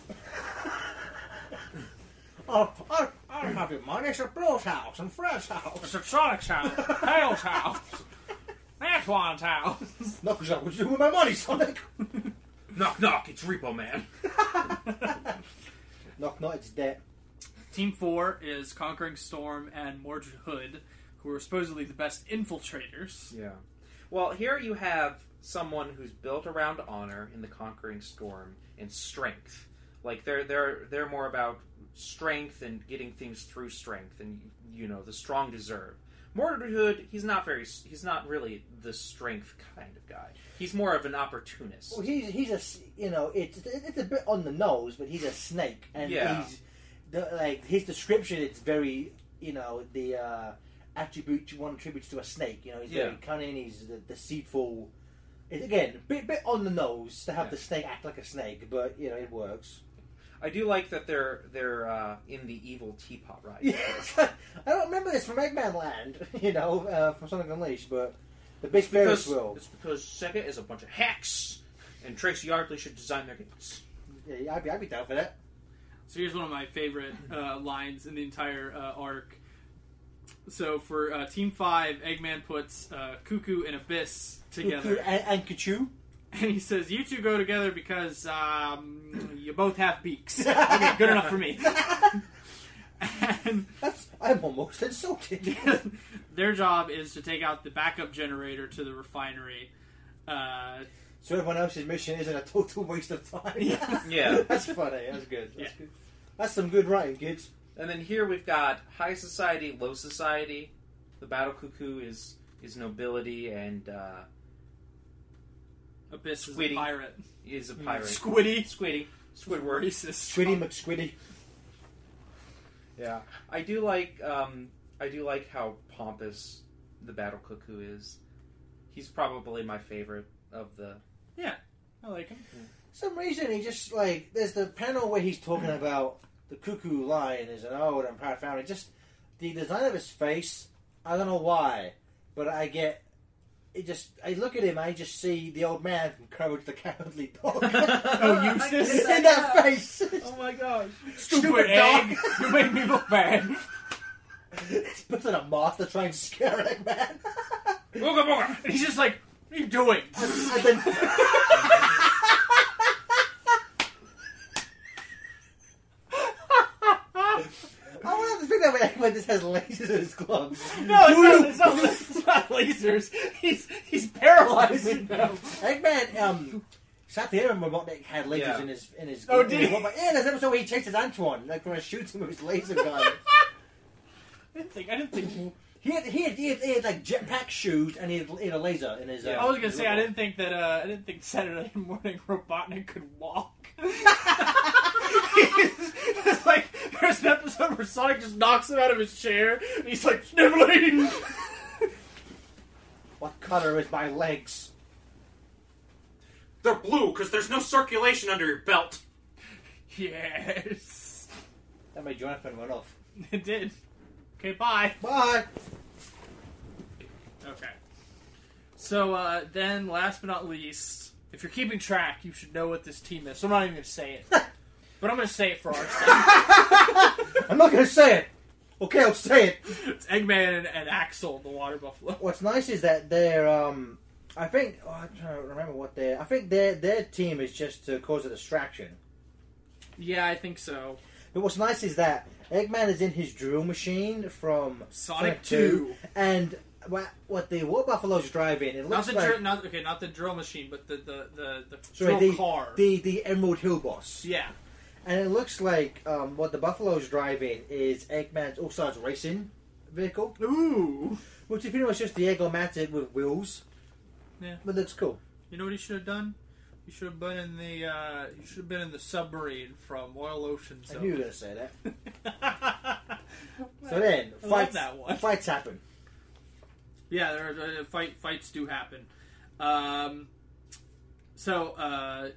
I'll, I'll, I'll have your money. It's a Bill's house and Fred's house. [laughs] It's a Sonic's [laughs] house, Tails' house, Antoine's house. No, because I was doing with my money, Sonic. [laughs] Knock, knock, it's Repo Man. [laughs] Knock, knock, it's dead. Team four is Conquering Storm and Mordred Hood, who are supposedly the best infiltrators. Yeah. Well, here you have someone who's built around honor in the conquering storm and strength. Like they're they're they're more about strength and getting things through strength, and you know the strong deserve. Mordred Hood, he's not very he's not really the strength kind of guy. He's more of an opportunist. Well, he's he's a s- you know it's it's a bit on the nose, but he's a snake, and Yeah. he's the, like his description. It's very you know the uh, attribute you one attributes to a snake. You know he's very Yeah. cunning, he's de- deceitful. It, again, bit bit on the nose to have Yeah. the snake act like a snake, but you know it [laughs] works. [laughs] I do like that they're they're uh, in the evil teapot [laughs] ride. Yes, I don't remember this from Eggman Land. [laughs] You know uh, from Sonic Unleashed, but the big Ferris Because, wheel. it's because Sega is a bunch of hacks, and Tracy Yardley should design their games. Yeah, I'd be I'd be down for that. So here's one of my favorite uh, lines in the entire uh, arc. So for uh, Team five, Eggman puts uh, Cuckoo and Abyss together, and, and Kachu. and he says, "You two go together because um, you both have beaks." okay, good enough for me. [laughs] and [laughs] [laughs] That's I'm almost insulted. [laughs] their job is to take out the backup generator to the refinery. Uh, so everyone else's mission isn't a total waste of time. [laughs] Yeah. That's funny. That's good. That's Yeah. good. That's some good writing, kids. And then here we've got high society, low society. The battle cuckoo is is nobility and uh, Abyss is Squiddy. a pirate. is a pirate. Squiddy. Squiddy, Squidward. Racist. Squiddy McSquiddy. Yeah, I do like um, I do like how pompous the battle cuckoo is. He's probably my favorite of the. I like him. some reason he just like there's the panel where he's [clears throat] talking about the cuckoo lion is an old and proud family. Just the design of his face, I don't know why, but I get it. Just I look at him, I just see the old man from Courage the Cowardly Dog [laughs] Oh, [laughs] Eustace? in that face. [laughs] Oh my gosh! dog. Stupid, egg. [laughs] you made me look bad. He's put in a moth to try and scare it, man. [laughs] Booga booga. And he's just like, "What are you doing?" and then. I want to figure out when- when this has lasers in his gloves. [laughs] No, it's not, it's, not, it's not lasers. He's he's paralyzing them. Eggman, um, sat there and Robotnik had lasers Yeah. in his in his. Oh, in did his he? robot- Yeah, there's an episode where he chases Antoine, like when I shoots him with his laser gun. I didn't think. I didn't think. he, had, he, had, he had he had like jetpack shoes and he had, he had a laser in his. Yeah. uh, I was gonna his say I robot. didn't think that. Uh, I didn't think Saturday [laughs] morning Robotnik could walk. [laughs] it's like there's an episode where Sonic just knocks him out of his chair, and he's like sniveling. [laughs] What color is my legs? They're blue because there's no circulation under your belt. yes, That made Jonathan run off. [laughs] it did. Okay, bye. Bye. Okay. So uh, then, last but not least, if you're keeping track, you should know what this team is. So I'm not even going to say [laughs] it, but I'm going to say it for our sake. I'm not gonna say it. Okay, I'll say it. It's Eggman and, and Axel, the Water Buffalo. What's nice is that they're. Um, I think oh, I'm trying to remember what their. I think their their team is just to cause a distraction. Yeah, I think so. But what's nice is that Eggman is in his drill machine from Sonic Sonic 2. and what what the War Buffalo's driving. It Not looks the like dr- not okay, not the drill machine, but the the the, the sorry, drill the, car. the the Emerald Hill boss. yeah, And it looks like um, what the Buffalo's driving is Eggman's All Stars racing vehicle, ooh. which is pretty much just the Eggomatic with wheels. Yeah. But looks cool. You know what he should have done? You should have been in the uh, you should have been in the submarine from Royal Ocean I knew you were Zone. gonna say [laughs] that. so [laughs] So then, I love fights, that one. fights happen. Yeah, there are, uh, fight fights do happen. Um, so uh,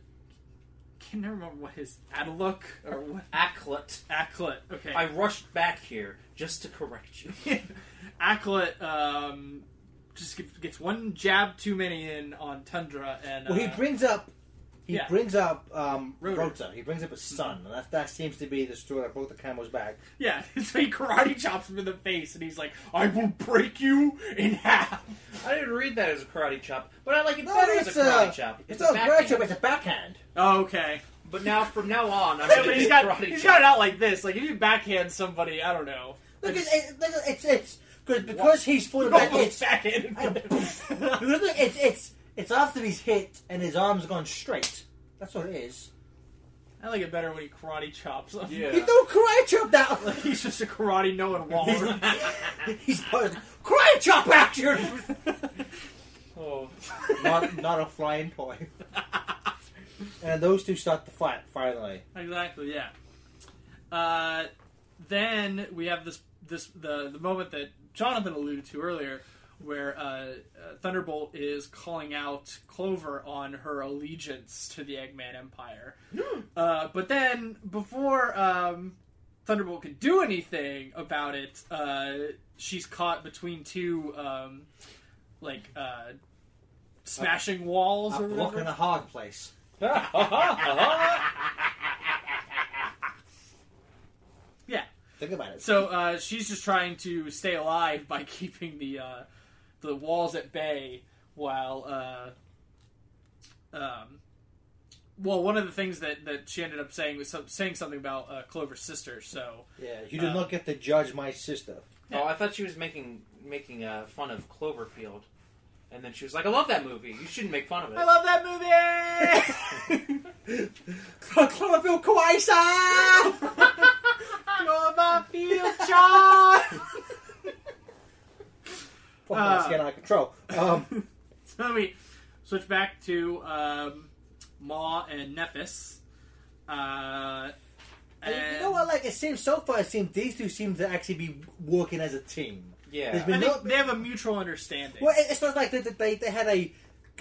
can never remember what his Adaluk or what Acklet. Aklet. Okay, [laughs] I rushed back here just to correct you. Aklet um, just gets- gets one jab too many in on Tundra, and Well, he uh, brings up. He yeah. brings up um, Rotor. Rota. He brings up his son, and that, that seems to be the story that broke the camel's back. yeah, [laughs] so he karate chops him in the face, and he's like, "I will break you in half." I didn't read that as a karate chop, but I like it No, better as it's a karate a- chop. It's, uh, not a a backhand. karate chop; it's a backhand. Oh, okay, But now, from now on, I'm [laughs] yeah, gonna but do he's the got karate he's chop. got it out like this. Like if you backhand somebody, I don't know. Look, it's [laughs] it's it's, it's cause, because he's fully [laughs] back. It's, [laughs] [laughs] backhanded. look, look, it's it's it's after he's hit and his arm's gone straight. That's what it is. I like it better when he karate chops him. You don't karate chop [laughs] [laughs] Like that. he's just a karate knowing [laughs] Waller. he's karate chop action. Oh. not not a flying toy. And those two start the fight finally. exactly, yeah. Uh, then we have this this the the moment that Jonathan alluded to earlier, where uh, uh, Thunderbolt is calling out Clover on her allegiance to the Eggman Empire. uh, but then before um, Thunderbolt can do anything about it, uh, she's caught between two um, like uh, smashing walls A or block whatever. in a hard place. Yeah. Think about it. So uh, she's just trying to stay alive by [laughs] keeping the uh, the walls at bay while uh, um, well, one of the things that, that she ended up saying was some, saying something about uh, Clover's sister. So Yeah, you do Uh, not get to judge my sister. Oh, I thought she was making making uh, fun of Cloverfield, and then she was like, "I love that movie. You shouldn't make fun of it." I love that movie. [laughs] Cloverfield Kawaisa! [laughs] Cloverfield. Fuck, Ah. that's getting out of control. Um, [laughs] [laughs] so we switch back to um, Maw and Nephis. Uh, and and you know what? Like it seems so far, it seems these two seem to actually be working as a team. yeah, There's I been- think they have a mutual understanding. [laughs] Well, it- it's not like they they, they had a,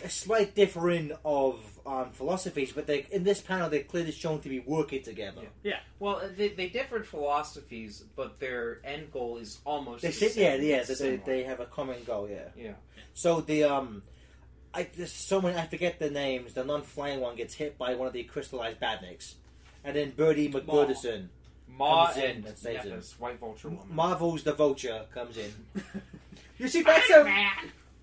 a slight differing of um, philosophies, but they in this panel they're clearly shown to be working together. Yeah. yeah, well, they, they differed philosophies, but their end goal is almost They the sit, yeah, same, yeah, they, they, similar. they have a common goal, yeah. yeah. So the um, I there's so many I forget the names. The non-flying one gets hit by one of the crystallized badniks, and then Birdie McBurdison, Ma Comes in and and saves Nephis, White Vulture Woman. Marvel's the Vulture comes in. you see, [laughs] that's a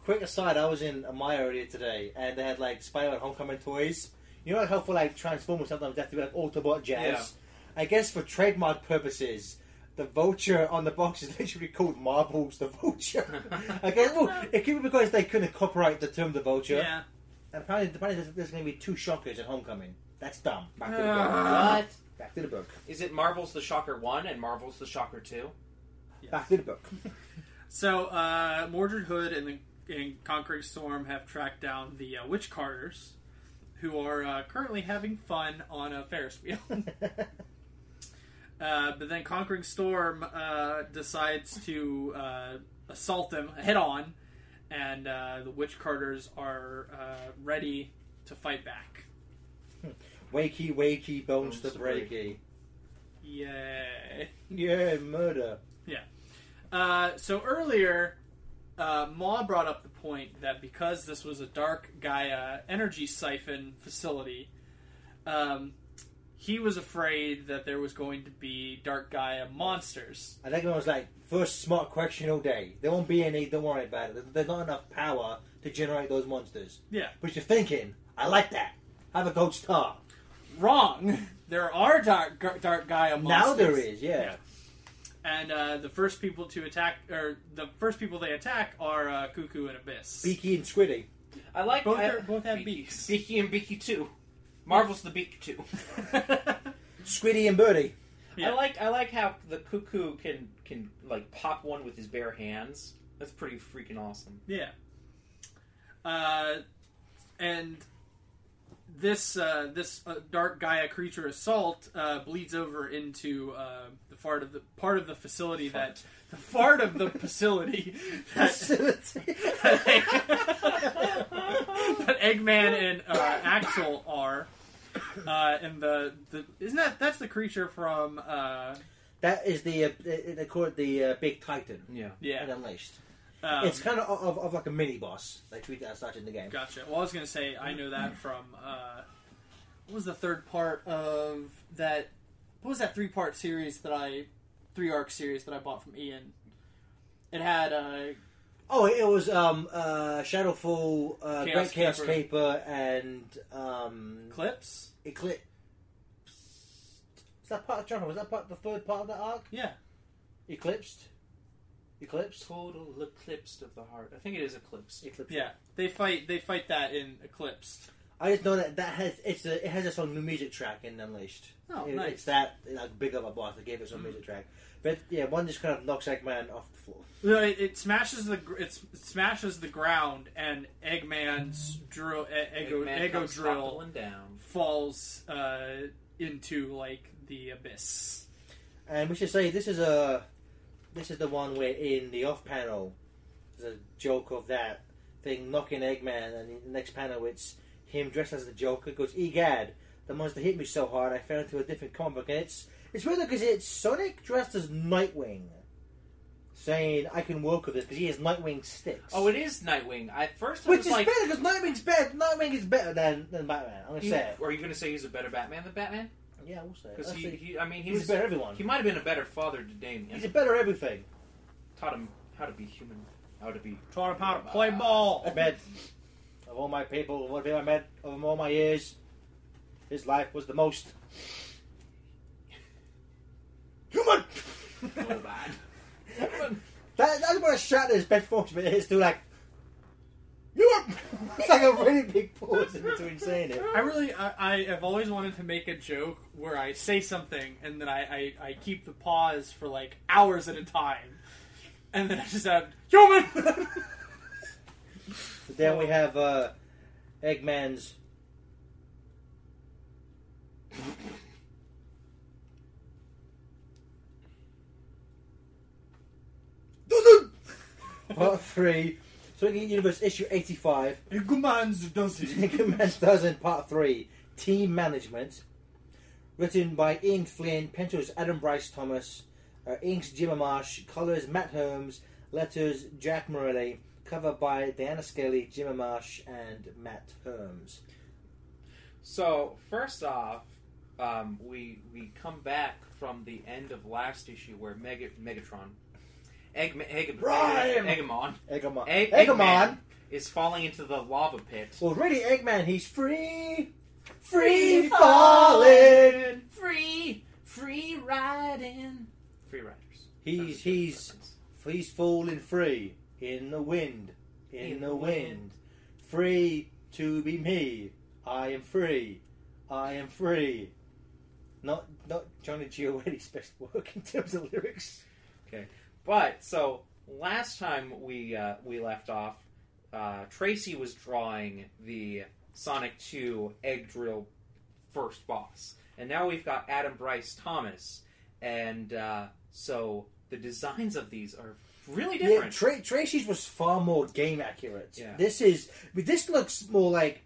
quick aside. I was in Amaya earlier today, and they had like Spider-Man Homecoming toys. You know like how for like Transformers sometimes they have to be like Autobot jazz. Yeah. I guess for trademark purposes. The vulture on the box is [laughs] literally called Marvel's the Vulture. I guess well, it could be because they couldn't copyright the term the Vulture. yeah. And apparently, apparently there's, there's going to be two shockers at Homecoming. That's dumb. Back to the Ah. book. what Back to the book. is it? Marvel's the Shocker One and Marvel's the Shocker Two. Back to the book. [laughs] So, uh, Mordred Hood and the and Conquering Storm have tracked down the uh, Witch Carters, who are uh, currently having fun on a Ferris wheel. [laughs] Uh, but then Conquering Storm uh, decides to uh, assault them head on, and uh, the Witch Carters are uh, ready to fight back. wakey, wakey, bones Bones to eh? to breaky. Yay! Yeah, murder. Uh, so earlier, uh, Maw brought up the point that because this was a dark Gaia energy siphon facility, um, he was afraid that there was going to be dark Gaia monsters. I think I was like, first smart question all day. There won't be any, don't worry about it. There- There's not enough power to generate those monsters. Yeah. But you're thinking, I like that. Have a gold star. Wrong. [laughs] There are dark dark Gaia monsters. Now there is, yeah. And uh, the first people to attack, or the first people they attack, are uh, Cuckoo and Abyss. Beaky and Squiddy. I like Both I- are, both have Beaky- beaks. [laughs] Beaky and Beaky Two. Marvel's the Beak Two. Squiddy and [laughs] Birdie. [laughs] Yeah. I like I like how the cuckoo can can like pop one with his bare hands. That's pretty [laughs] freaking awesome. Yeah. Uh, and this uh, this uh, dark Gaia creature assault uh, bleeds over into uh, the part of the part of the facility that the fart of the facility [laughs] that, that Eggman and uh, Axel are. Uh, and the, the isn't that that's the creature from uh, that is the, uh, they they call it the uh, Big Titan. Yeah. And yeah Unleashed. um, it's kind of, of of like a mini boss. They treat that as such in the game. Gotcha. Well, I was gonna say I know that from uh, what was the third part of that? What was that three part series that I three arc series that I bought from Ian? It had uh, Oh, it was um, uh, Shadowfall, uh, Chaos Great Chaos Keeper. Keeper, and um, clips. Eclipse. Is that part of Jonathan? Was that part the third part of the arc? Yeah, Eclipsed. Eclipsed. Total eclipse of the heart. I think it is eclipse. Eclipsed. yeah. They fight. They fight that in Eclipsed. I just know that that has it's a, it has its own music track in Unleashed. Oh, It- nice. Hmm. It's that like big of a boss. They gave it some music track, but yeah, one just kind of knocks Eggman off the floor. No, Uh, It, it smashes the gr- it's, it smashes the ground and Eggman's drill e- ego, Eggman ego comes drill toppling down. falls uh, into like the abyss. And we should say this is a this is the one where in the off panel there's a joke of that thing knocking Eggman, and in the next panel it's him dressed as the Joker goes, "Egad, the monster hit me so hard I fell into a different comic book." And it's it's weird because it's Sonic dressed as Nightwing, saying, "I can work with this" because he has Nightwing sticks. Oh, it is Nightwing. I at first I which was is like, better because Nightwing's better. Nightwing is better than, than Batman. I'm gonna you- say it. are you going to say he's a better Batman than Batman? Yeah, I will say it. Because I'll he, say he, I mean, he he's was. better everyone. He might have been a better father to Damien. He's a better everything. [laughs] taught him how to be human, how to be Taught him how to play ball. I bet. Of all my people, of all the people I met, of all my years, his life was the most human. Oh, [laughs] bad. That, that's what a shot is best form to me. It's to like, human. [laughs] It's like a really big pause in between saying it. I really, I, I have always wanted to make a joke where I say something and then I, I, I keep the pause for like hours at a time, and then I just have human. But then we have uh, Eggman's. Part 3. Swinging Universe issue 85. Eggman's does Eggman's Dozen Part 3. Team Management. Written by Ian Flynn, pencils Adam Bryce Thomas, uh, inks Jim Marsh, colors Matt Holmes, letters Jack Morelli. Cover by Diana Scaly, Jim Marsh, and Matt Herms. So first off, um, we we come back from the end of last issue where Mega, Megatron, Egg, Egg, Prime! Eggamon, Eggman. Egg, Eggman. Eggman is falling into the lava pit. Well, really, Eggman, he's free, free falling. free, free riding, free riders. He's he's he's falling free in the wind, in, In the the wind. free to be me. I am free, I am free. Not not Johnny Giovanni's best work in terms of lyrics. But so last time we uh, we left off, uh, Tracy was drawing the Sonic Two Egg Drill first boss, and now we've got Adam Bryce Thomas, and uh, so the designs of these are really Yeah, different. Tra- Tracy's was far more game accurate. Yeah. This is, but this looks more like.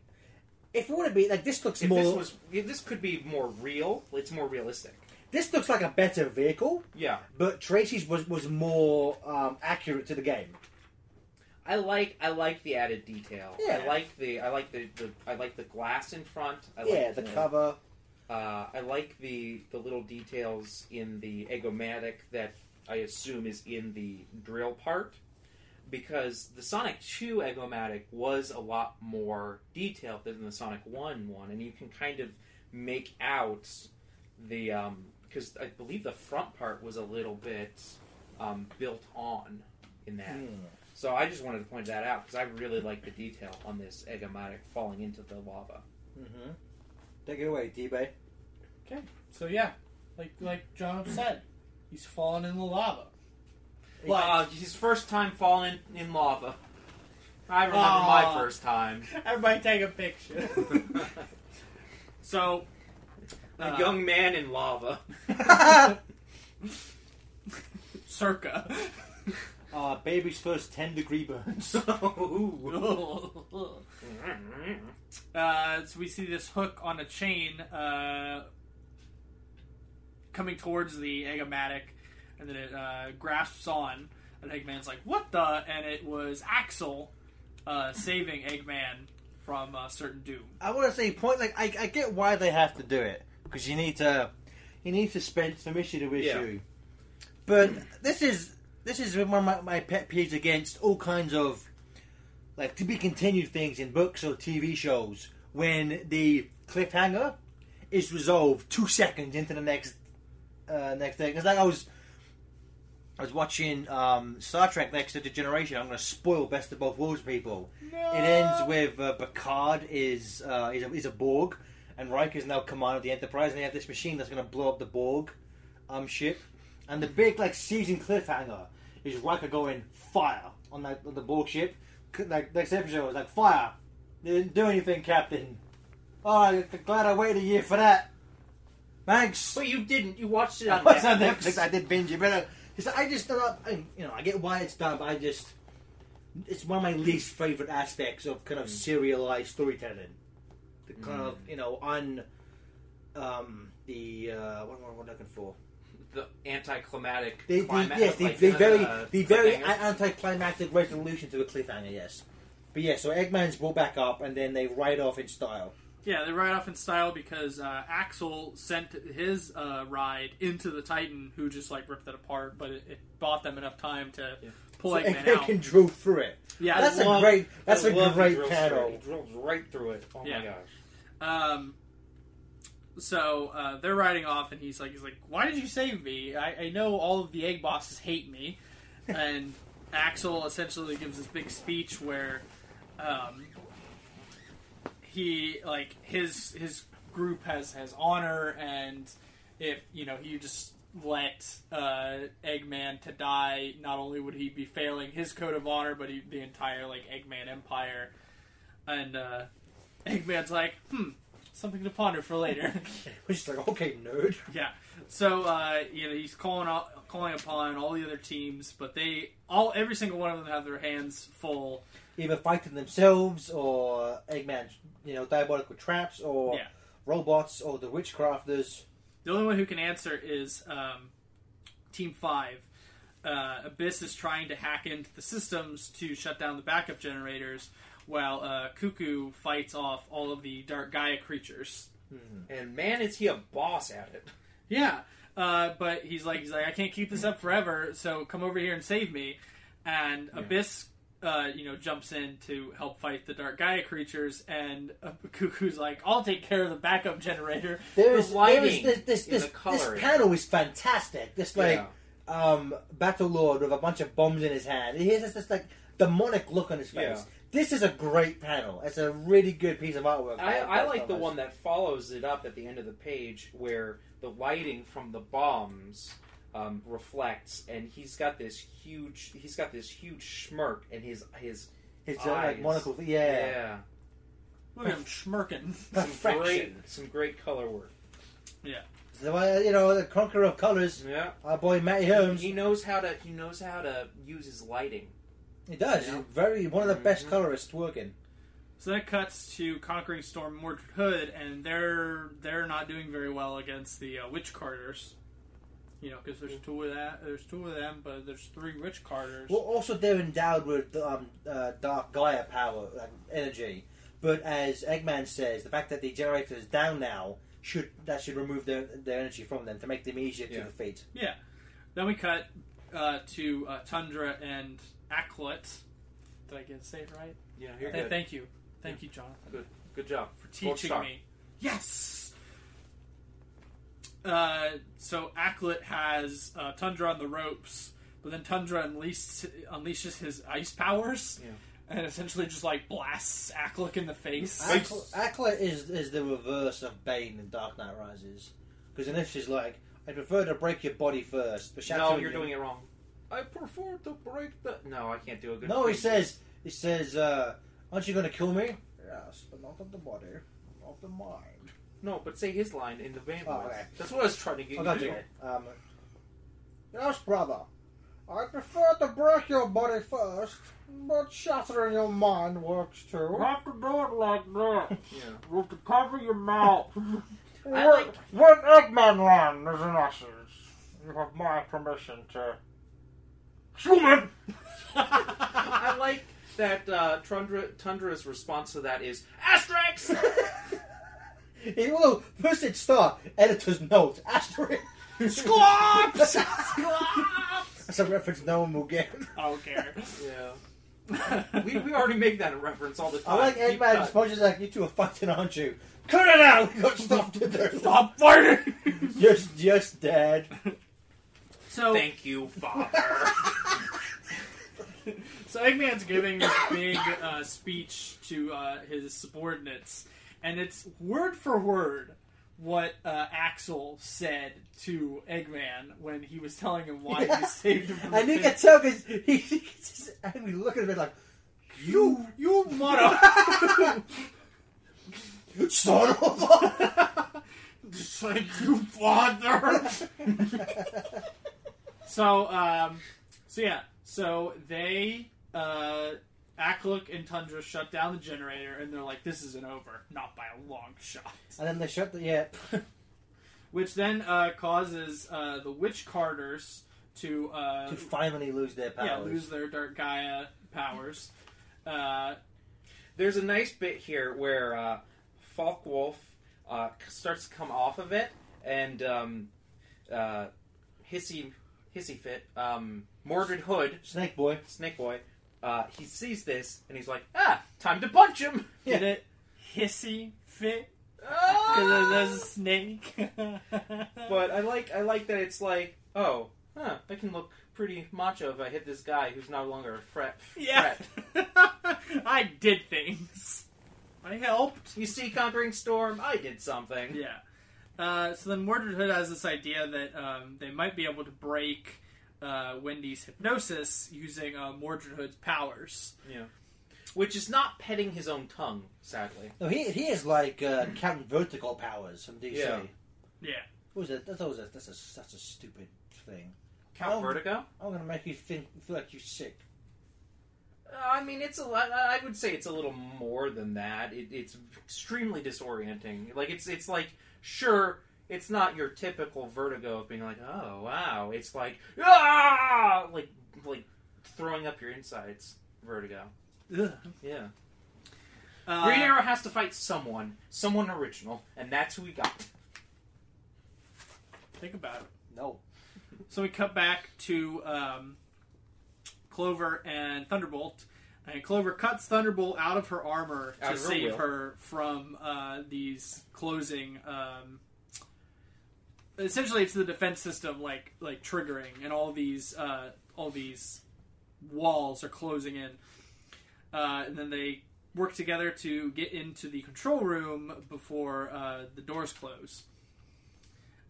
If it want to be like this looks if more this was if this could be more real, it's more realistic. this looks like a better vehicle, Yeah, but Tracy's was was more um, accurate to the game. I like I like the added detail. Yeah. I like the I like the, the I like the glass in front. I yeah, like the cover. Uh, I like the the little details in the egomatic that I assume is in the drill part, because the Sonic Two egomatic was a lot more detailed than the Sonic One one, and you can kind of make out the because I believe the front part was a little bit um, built on in that. Hmm. So I just wanted to point that out because I really like the detail on this egomatic falling into the lava. Mm-hmm. Take it away, D-Bay. So yeah, like like John said, he's falling in the lava. Well, uh, his first time falling in lava. I remember my Aw. first time. [laughs] Everybody take a picture. so, uh, a young man [laughs] in lava. circa. uh, baby's first 10 degree burns. So, uh, [laughs] so we see this hook on a chain uh, coming towards the Eggmatic, and then it uh, grasps on. And Eggman's like, "What the?" And it was Axel uh, saving Eggman from uh, certain doom. I want to say point like I, I get why they have to do it because you need to you need to spend some issue to issue. But this is this is one of my, my pet peeves against all kinds of like to be continued things in books or TV shows when the cliffhanger is resolved two seconds into the next uh, next day because like I was. I was watching um, Star Trek: Next Generation. I'm going to spoil Best of Both Worlds, people. It ends with uh, Picard is uh, is, a, is a Borg, and Riker is now commander of the Enterprise, and they have this machine that's going to blow up the Borg um, ship. And the big like season cliffhanger is Riker going fire on that on the Borg ship. C- Like next episode was like fire. They didn't do anything, Captain. Oh, I'm glad I waited a year for that. Thanks. you didn't. You watched it on What's on Netflix. Netflix? I did binge it, but uh, it's- I just don't. I, you know, I get why it's done, but I just it's one of my least favorite aspects of kind Hmm. of serialized storytelling. The kind of you know un um the uh, what am I looking for? The anticlimactic The, the, climax. yes, the, like, the uh, very the very cliffhanger. anticlimactic resolution to a cliffhanger. Yes, but yeah, so Eggman's brought back up, and then they ride off in style. Yeah, they ride off in style because uh, Axel sent his uh, ride into the Titan, who just like ripped it apart. But it, it bought them enough time to Oh, pull and Eggman they out. can drill through it. yeah, That's a love- great. That's I a love he great drills panel. through it. He drills right through it. Oh Yeah. my gosh. Um, so uh, they're riding off, and he's like, he's like, "Why did you save me? I, I know all of the egg bosses hate me." And Axel essentially gives this big speech where um, he like his his group has has honor, and if you know you just let uh, Eggman to die, not only would he be failing his code of honor, but he, the entire like Eggman empire. And uh, Eggman's like, hmm, something to ponder for later. We're just like, okay, nerd. yeah. So uh, you know he's calling out, calling upon all the other teams, but they all every single one of them have their hands full. Either fighting themselves or Eggman, you know, diabolical traps or Yeah. robots or the witchcrafters. The only one who can answer is um, Team Five. Uh, Abyss is trying to hack into the systems to shut down the backup generators, while uh, Cuckoo fights off all of the Dark Gaia creatures. And man, is he a boss at it. Yeah, uh, but he's like, he's like, I can't keep this up forever. So come over here and save me. And Abyss, uh, you know, jumps in to help fight the Dark Gaia creatures, and [laughs] uh, Cuckoo's like, I'll take care of the backup generator. [laughs] There is, there is lighting this this and the this, this coloring. panel is fantastic. This like Yeah. um battle lord with a bunch of bombs in his hand. He has this, this like demonic look on his face. Yeah. This is a great panel. It's a really good piece of artwork. I, by- by I like the Thomas. one that follows it up at the end of the page where the lighting from the bombs um, reflects, and he's got this huge he's got this huge smirk, and his his His uh, like eyes. monocle. Yeah, Look at him smirking. some great perfection. some great color work. So, uh, you know the conqueror of colors. Yeah, Our boy Matty Holmes. he knows how to he knows how to use his lighting. He does. Yeah. He's very one of the best Mhm. colorists working. so then it cuts to conquering storm Mordred Hood, and they're they're not doing very well against the uh, Witch Carters. You know, because there's two of that. There's two of them, but there's three Witch Carters. Well, also they're endowed with um, uh, dark Gaia power, like energy. But as Eggman says, the fact that the generator is down now should that should remove their, their energy from them to make them easier Yeah. to defeat. Then we cut uh, to uh, Tundra and Acklet. Did I get it saved right? Yeah, you're Th- good. Thank you. Thank you, Jonathan, Good job. for Gold teaching star. me. Yes! Uh, so Acklet has uh, Tundra on the ropes, but then Tundra unleashes, unleashes his ice powers Yeah. and essentially just like blasts Acklet in the face. I- Ackla Ackla is is the reverse of Bane in Dark Knight Rises, because in this she's like, I prefer to break your body first. But No, you're doing it wrong. I prefer to break the. No, I can't do a good. No, he face. says he says, uh, aren't you going to kill me? Yes, but not of the body, of the mind. No, but say his line in the van Oh, voice. okay. That's what I was trying to get I you got to you. do. Um, yes, brother. I prefer to break your body first, but shattering your mind works too. have to do it like that. Yeah. You have to cover your mouth. I like- When Eggman Land is in essence, you have my permission to. Human! I like that uh, Tundra, Tundra's response to that is Asterix! He will first it star editor's note [laughs] asterisk. [laughs] Squawks! That's a reference no one will get. I don't care. yeah. We, we already make that a reference all the I time. like Deep Eggman cut. as much as like you two are fighting, aren't you? Cut it out! We got stuff to do. Stop fighting! [laughs] [laughs] Just, just dad. So, Thank you, Father. [laughs] So Eggman's giving this big uh, speech to uh, his subordinates, and it's word for word what uh, Axel said to Eggman when he was telling him why he saved him. From and the you pit. can tell because [laughs] he, he gets his angry look at him like, you, you you mother, [laughs] son of a. It's like you father. so, um, so yeah, so they, uh, Aklik and Tundra shut down the generator, and they're like, "This isn't over, not by a long shot." [laughs] And then they shut the yeah. [laughs] which then uh, causes uh, the witch carters to, uh, to finally lose their powers. yeah, lose their dark Gaia powers. Uh, There's a nice bit here where uh, Falk Wolf uh, starts to come off of it, and um, uh, hissy hissy fit um, Mordred Hood Snake boy. Snake Boy uh, he sees this and he's like, ah, time to punch him. Did it hissy fit? Because Ah! there's a snake. But I like I like that it's like, oh, huh, I can look pretty macho if I hit this guy who's no longer a fret. yeah, threat. [laughs] I did things. I helped. You see, conquering storm, I did something. Yeah. Uh, so then Mordred Hood has this idea that um, they might be able to break uh, Wendy's hypnosis using uh, Mordred Hood's powers. Which is not petting his own tongue, sadly. No, he he is like uh, Captain Vertical powers from DC. Yeah. Yeah. What was it? That's always a, that's a such a stupid thing. Count Oh. Vertigo? I'm gonna make you think, feel like you're sick. Uh, I mean, it's a lot. I I would say it's a little more than that. It, it's extremely disorienting. Like it's it's like sure, it's not your typical vertigo of being like, oh wow. It's like ah, like like throwing up your insides. Vertigo. Ugh. Yeah. Uh, Green Arrow has to fight someone, someone original, and that's who we got. Think about it. No. So we cut back to um, Clover and Thunderbolt, and Clover cuts Thunderbolt out of her armor to Out of her save will. her from uh, these closing. Um, essentially, it's the defense system like like triggering, and all these uh, all these walls are closing in, uh, and then they work together to get into the control room before uh, the doors close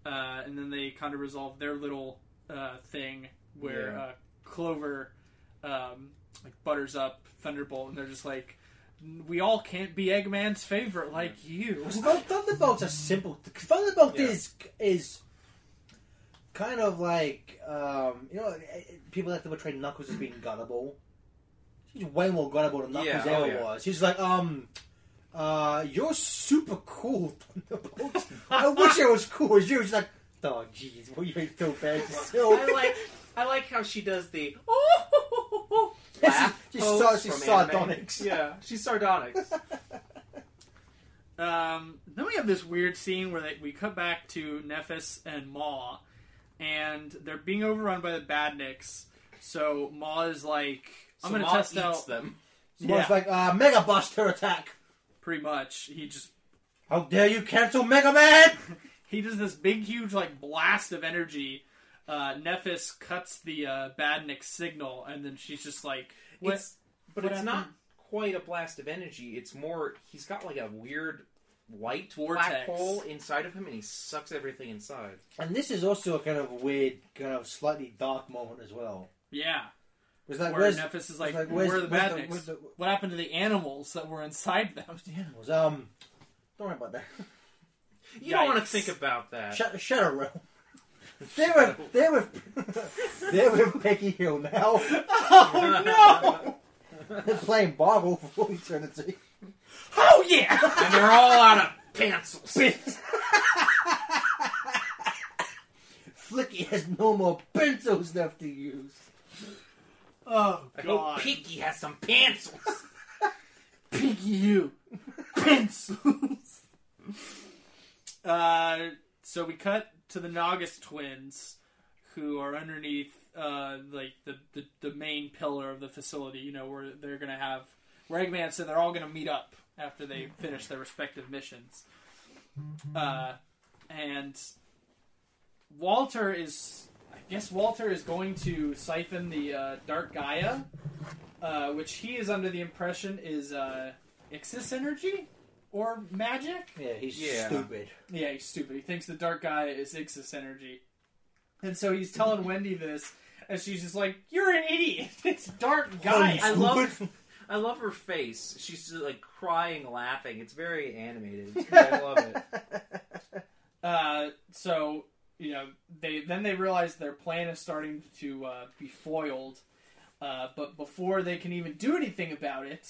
uh, and then they kind of resolve their little uh, thing where Yeah. uh, Clover um, like butters up Thunderbolt, and they're just like, "We all can't be Eggman's favorite like you." [laughs] Thund- Thunderbolt's a simple. Thunderbolt Yeah. is is kind of like um, you know eh, eh, people like to portray Knuckles as being gunnable. She's way more gunnable than Knuckles Yeah, oh ever yeah. was. She's like, um, uh, you're super cool, Thunderbolt. I wish I was cool as you. She's like, oh jeez, well you ain't so bad [laughs] yourself. I like I like how she does the oh laugh [laughs] She- she pose saw- she from saw anime. Donix. [laughs] Yeah, [laughs] she's sardonic. Um, then we have this weird scene where they, we cut back to Nephis and Maw, and they're being overrun by the Badniks. So Maw is like, "I'm going to Samat test eats out." them. Smart's like, uh, Mega Buster attack. Pretty much, he just How dare you cancel Mega Man? he does this big, huge, like blast of energy. Uh, Nephis cuts the uh, Badnik signal, and then she's just like, "What?" It's, but what it's not happened? quite a blast of energy. It's more he's got like a weird white black Vortex. hole inside of him, and he sucks everything inside. And this is also a kind of weird, kind of slightly dark moment as well. yeah. Was like, Where where's, Nephis is like, like, "Where where's- are the where's the- Badniks? where's the- what happened to the animals that were inside them?" [laughs] the animals? Um, don't worry about [laughs] that. You don't want to Yikes. think about that. Sh- Shadow [laughs] Realm. They're with, they're [laughs] with, they're with Peggy Hill now. [laughs] Oh, no! They're playing Marvel for all eternity. Oh yeah! [laughs] and they're all out of pencils. [laughs] Flicky has no more pencils left to use. oh I hope god! Pinky has some pencils. Piggy you pencils. [laughs] uh, so we cut to the Nagas twins, who are underneath uh, like the, the the main pillar of the facility. You know where they're gonna have where Eggman said they're all gonna meet up after they finish their respective missions. Uh, and Walter is, I guess Walter is going to siphon the uh, Dark Gaia uh, which he is under the impression is uh, Ixis energy or magic. Yeah, he's Yeah. stupid. Yeah, he's stupid. He thinks the dark guy is Ixis energy. And so he's telling Wendy this, and she's just like, You're an idiot. [laughs] It's dark guy. I I- love- I love her face. She's just, like crying, laughing. It's very [laughs] animated. I love it. [laughs] Uh, so, you know, they then they realize their plan is starting to uh, be foiled. Uh, but before they can even do anything about it,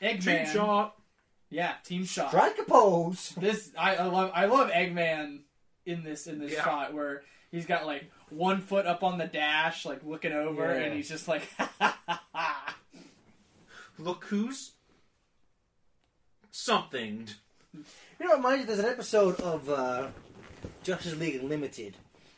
Eggman. shot. Yeah, Team Shot. Strike a pose. this I, I love I love Eggman in this in this Yeah. shot where he's got like one foot up on the dash, like looking over, Yeah. and he's just like, [laughs] ha, ha, ha, ha. Look who's something. You know, mind you, there's an episode of uh, Justice League Unlimited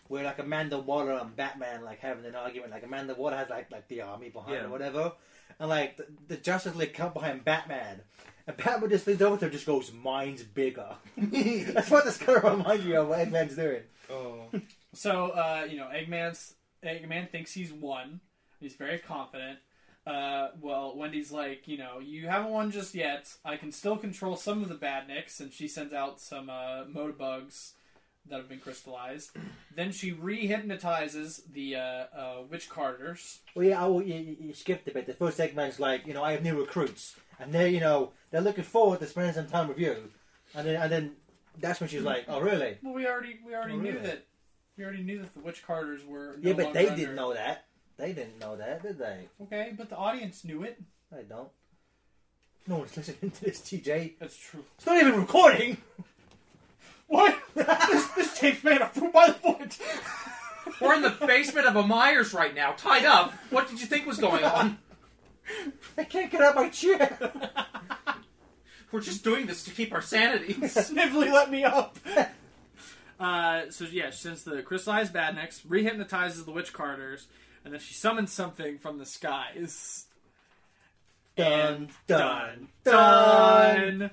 where like Amanda Waller and Batman like having an argument. Like Amanda Waller has like like the army behind Yeah. or whatever, and like the, the Justice League come behind Batman. And Batman just leans over to him, and just goes, "Mine's bigger." [laughs] That's what this kind of reminds you of what Eggman's doing. Oh. So uh, you know, Eggman's Eggman thinks he's won. He's very confident. Uh, well, Wendy's like, you know, you haven't won just yet. I can still control some of the badniks, and she sends out some uh, motobugs that have been crystallized. then she re-hypnotizes the uh, uh, witch carters. Well, yeah, I will, you, you- you skipped a bit. The first Eggman's like, you know, I have new recruits, and they're, you know, they're looking forward to spending some time with you, and then, and then that's when she's like, oh, really? Well, we already we already Oh, knew really? that we already knew that the witch carters were no yeah, but longer they under- didn't know that. They didn't know that, did they? Okay, but the audience knew it. They don't. No one's listening to this, TJ. That's true. [laughs] It's not even recording. What? this this tape's made of fruit by the [laughs] foot. We're in the basement of a Myers right now, tied up. What did you think was going on? I can't get out of my chair. [laughs] We're just doing this to keep our sanity. Snively let me up. uh, so yeah, she sends the crystallized badniks, rehypnotizes the witch carters, and then she summons something from the skies. Dun dun dun. done.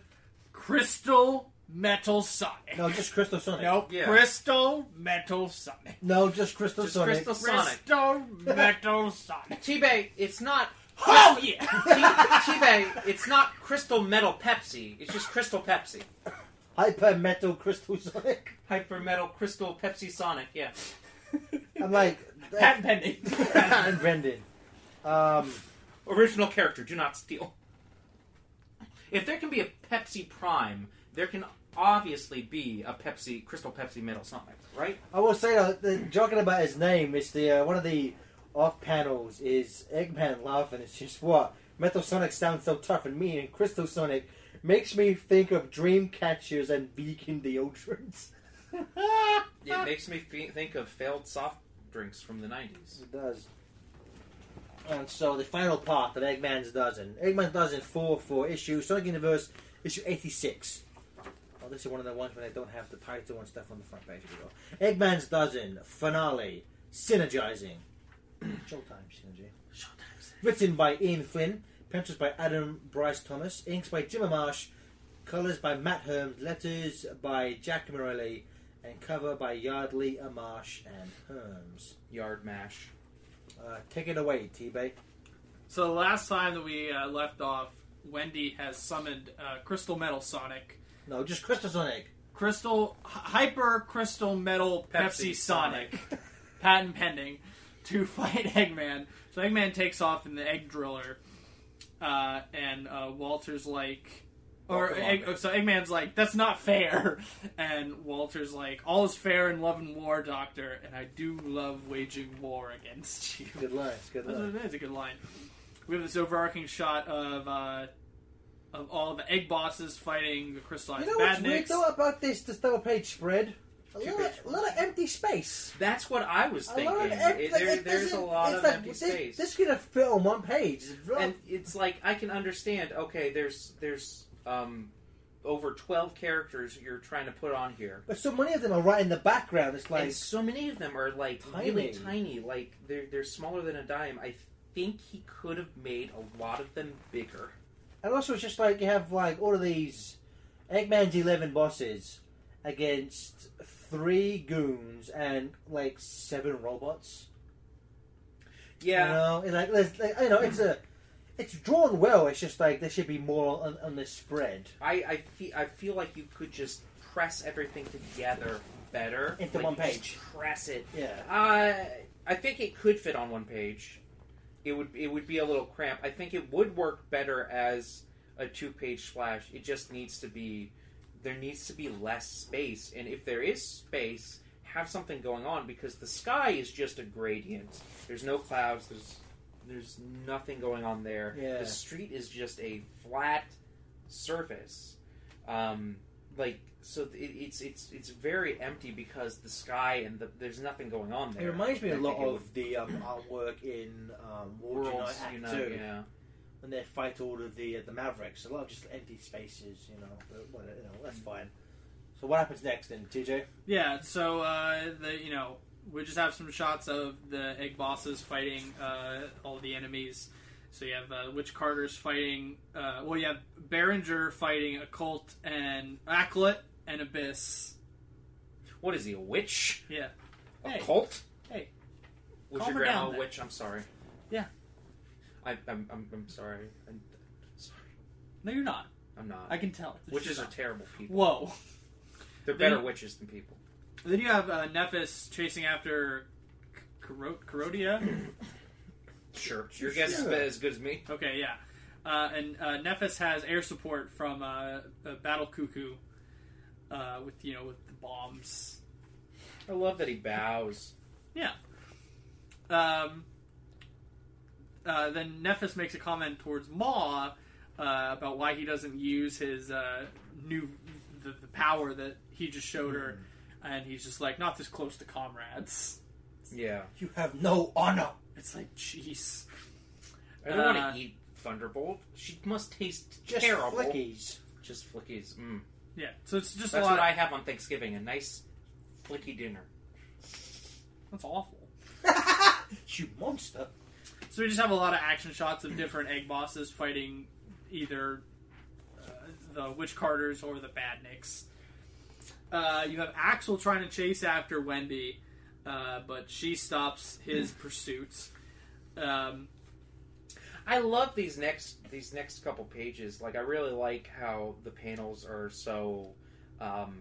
Crystal metal sonic. No, just Crystal Sonic. Nope. Yeah. Crystal metal sonic. No, just Crystal Just Sonic. Crystal Sonic. Crystal metal sonic. T-Bay, it's not Oh [laughs] yeah. T- T-Bay, it's not crystal metal Pepsi. It's just crystal Pepsi. Hyper Metal Crystal Sonic. Hyper metal crystal Pepsi Sonic, yeah. I'm [laughs] like Patent pending. and [laughs] Brendan. Um, Original character, do not steal. If there can be a Pepsi Prime, there can obviously be a Pepsi crystal Pepsi metal Sonic, right? I will say though, the, joking about his name, it's the uh, one of the off panels is Eggman laughing. It's just what Metal Sonic sounds so tough and mean, and Crystal Sonic makes me think of dream catchers and vegan deodorants. [laughs] It makes me fe- think of failed soft drinks from the 90s. It does. And so the final part of Eggman's Dozen. Eggman's Dozen 4 for issue Sonic Universe issue 86. Oh, this is one of the ones where they don't have the title and stuff on the front page. Here we go. Eggman's Dozen finale synergizing. Showtime synergy. Written by Ian Flynn, pencils by Adam Bryce Thomas, inks by Jim Marsh, colors by Matt Herms, letters by Jack Morelli, and cover by Yardley, Amash, and Herms. Yard mash. Uh, take it away, T-Bay. [laughs] So the last time that we uh, left off, Wendy has summoned uh, Crystal Metal Sonic, No, just Crystal Sonic. [laughs] Crystal Hy- Hyper Crystal Metal Pepsi, Pepsi Sonic, [laughs] patent pending, [laughs] to fight Eggman. So Eggman takes off in the Egg Driller, uh, and uh, Walter's like, or Walk 'em Egg, up. so Eggman's like, "That's not fair," [laughs] and Walter's like, "All is fair in love and war, Doctor, and I do love waging war against you." Good lines, good That's, lines. that is a good line. We have this overarching shot of uh, of all the egg bosses fighting the crystallized You know what's weird badniks. though about this this double page spread? A Two lot, page of, a lot of empty space. That's what I was A thinking. lot of It- empty. there- there's a lot of empty space. This could have fit on one page. It's real- and it's like I can understand. Okay, there's there's um over twelve characters you're trying to put on here, but so many of them are right in the background. It's like and so many of them are like Tiny. really tiny. Like they're they're smaller than a dime. I think he could have made a lot of them bigger. And also, it's just like you have like all of these Eggman's eleven bosses against three goons and like seven robots. You know, it's like, there's- like you know, it's a it's drawn well. It's just like there should be more on, on this spread I I feel I feel like you could just press everything together better into Like, one just page. press it Yeah. Uh, I think it could fit on one page. It would it would be a little cramp. I think it would work better as a two page splash. It just needs to be there needs to be less space, and if there is space, have something going on because the sky is just a gradient. There's no clouds. There's there's nothing going on there. Yeah. The street is just a flat surface. Um, like so, it, it's it's it's very empty because the sky and the, there's nothing going on there. It reminds me I a lot think it of the um, artwork in um, would- World Worlds Unite Act Unite, Two, yeah. and they fight all of the uh, the Mavericks. A lot of just empty spaces, you know. But well, you know, Mm. that's fine. So what happens next then, TJ? Yeah, so uh, the you know we just have some shots of the egg bosses fighting uh, all the enemies. So you have uh, Witch Carter's fighting. Uh, well, you have Behringer fighting Occult and Acklet and Abyss. What is he, a witch? Yeah, A Hey. cult? Hey. Was Calm your her grandma down a there. witch? I'm sorry. Yeah. I, I'm, I'm, I'm sorry. I'm, sorry. no, you're not. I'm not. I can tell. It's Witches are just- terrible people. Whoa. They're They- better witches than people. Then you have uh, Nephis chasing after Kuro- Kurodia. Sure. Your guess is Sure. about as good as me. Okay, yeah. Uh, and uh, Nephis has air support from uh, uh, Battle Cuckoo uh, with, you know, with the bombs. I love that he bows. Um, uh, then Nephis makes a comment towards Maw uh, about why he doesn't use his uh, new the, the power that he just showed her, Mm-hmm. and he's just like not this close to comrades. Yeah. You have no honor. It's like, jeez. I don't Uh, want to eat Thunderbolt. She must taste Just terrible. [laughs] flickies. Just flickies. Mm. Yeah, so it's just That's a lot. what I have on Thanksgiving a nice flicky dinner. That's awful. you monster. So we just have a lot of action shots of different egg bosses fighting either uh, the Witch Carters or the Badniks. Uh, you have Axel trying to chase after Wendy, uh, but she stops his pursuits. Um, I love these next these next couple pages. Like I really like how the panels are so um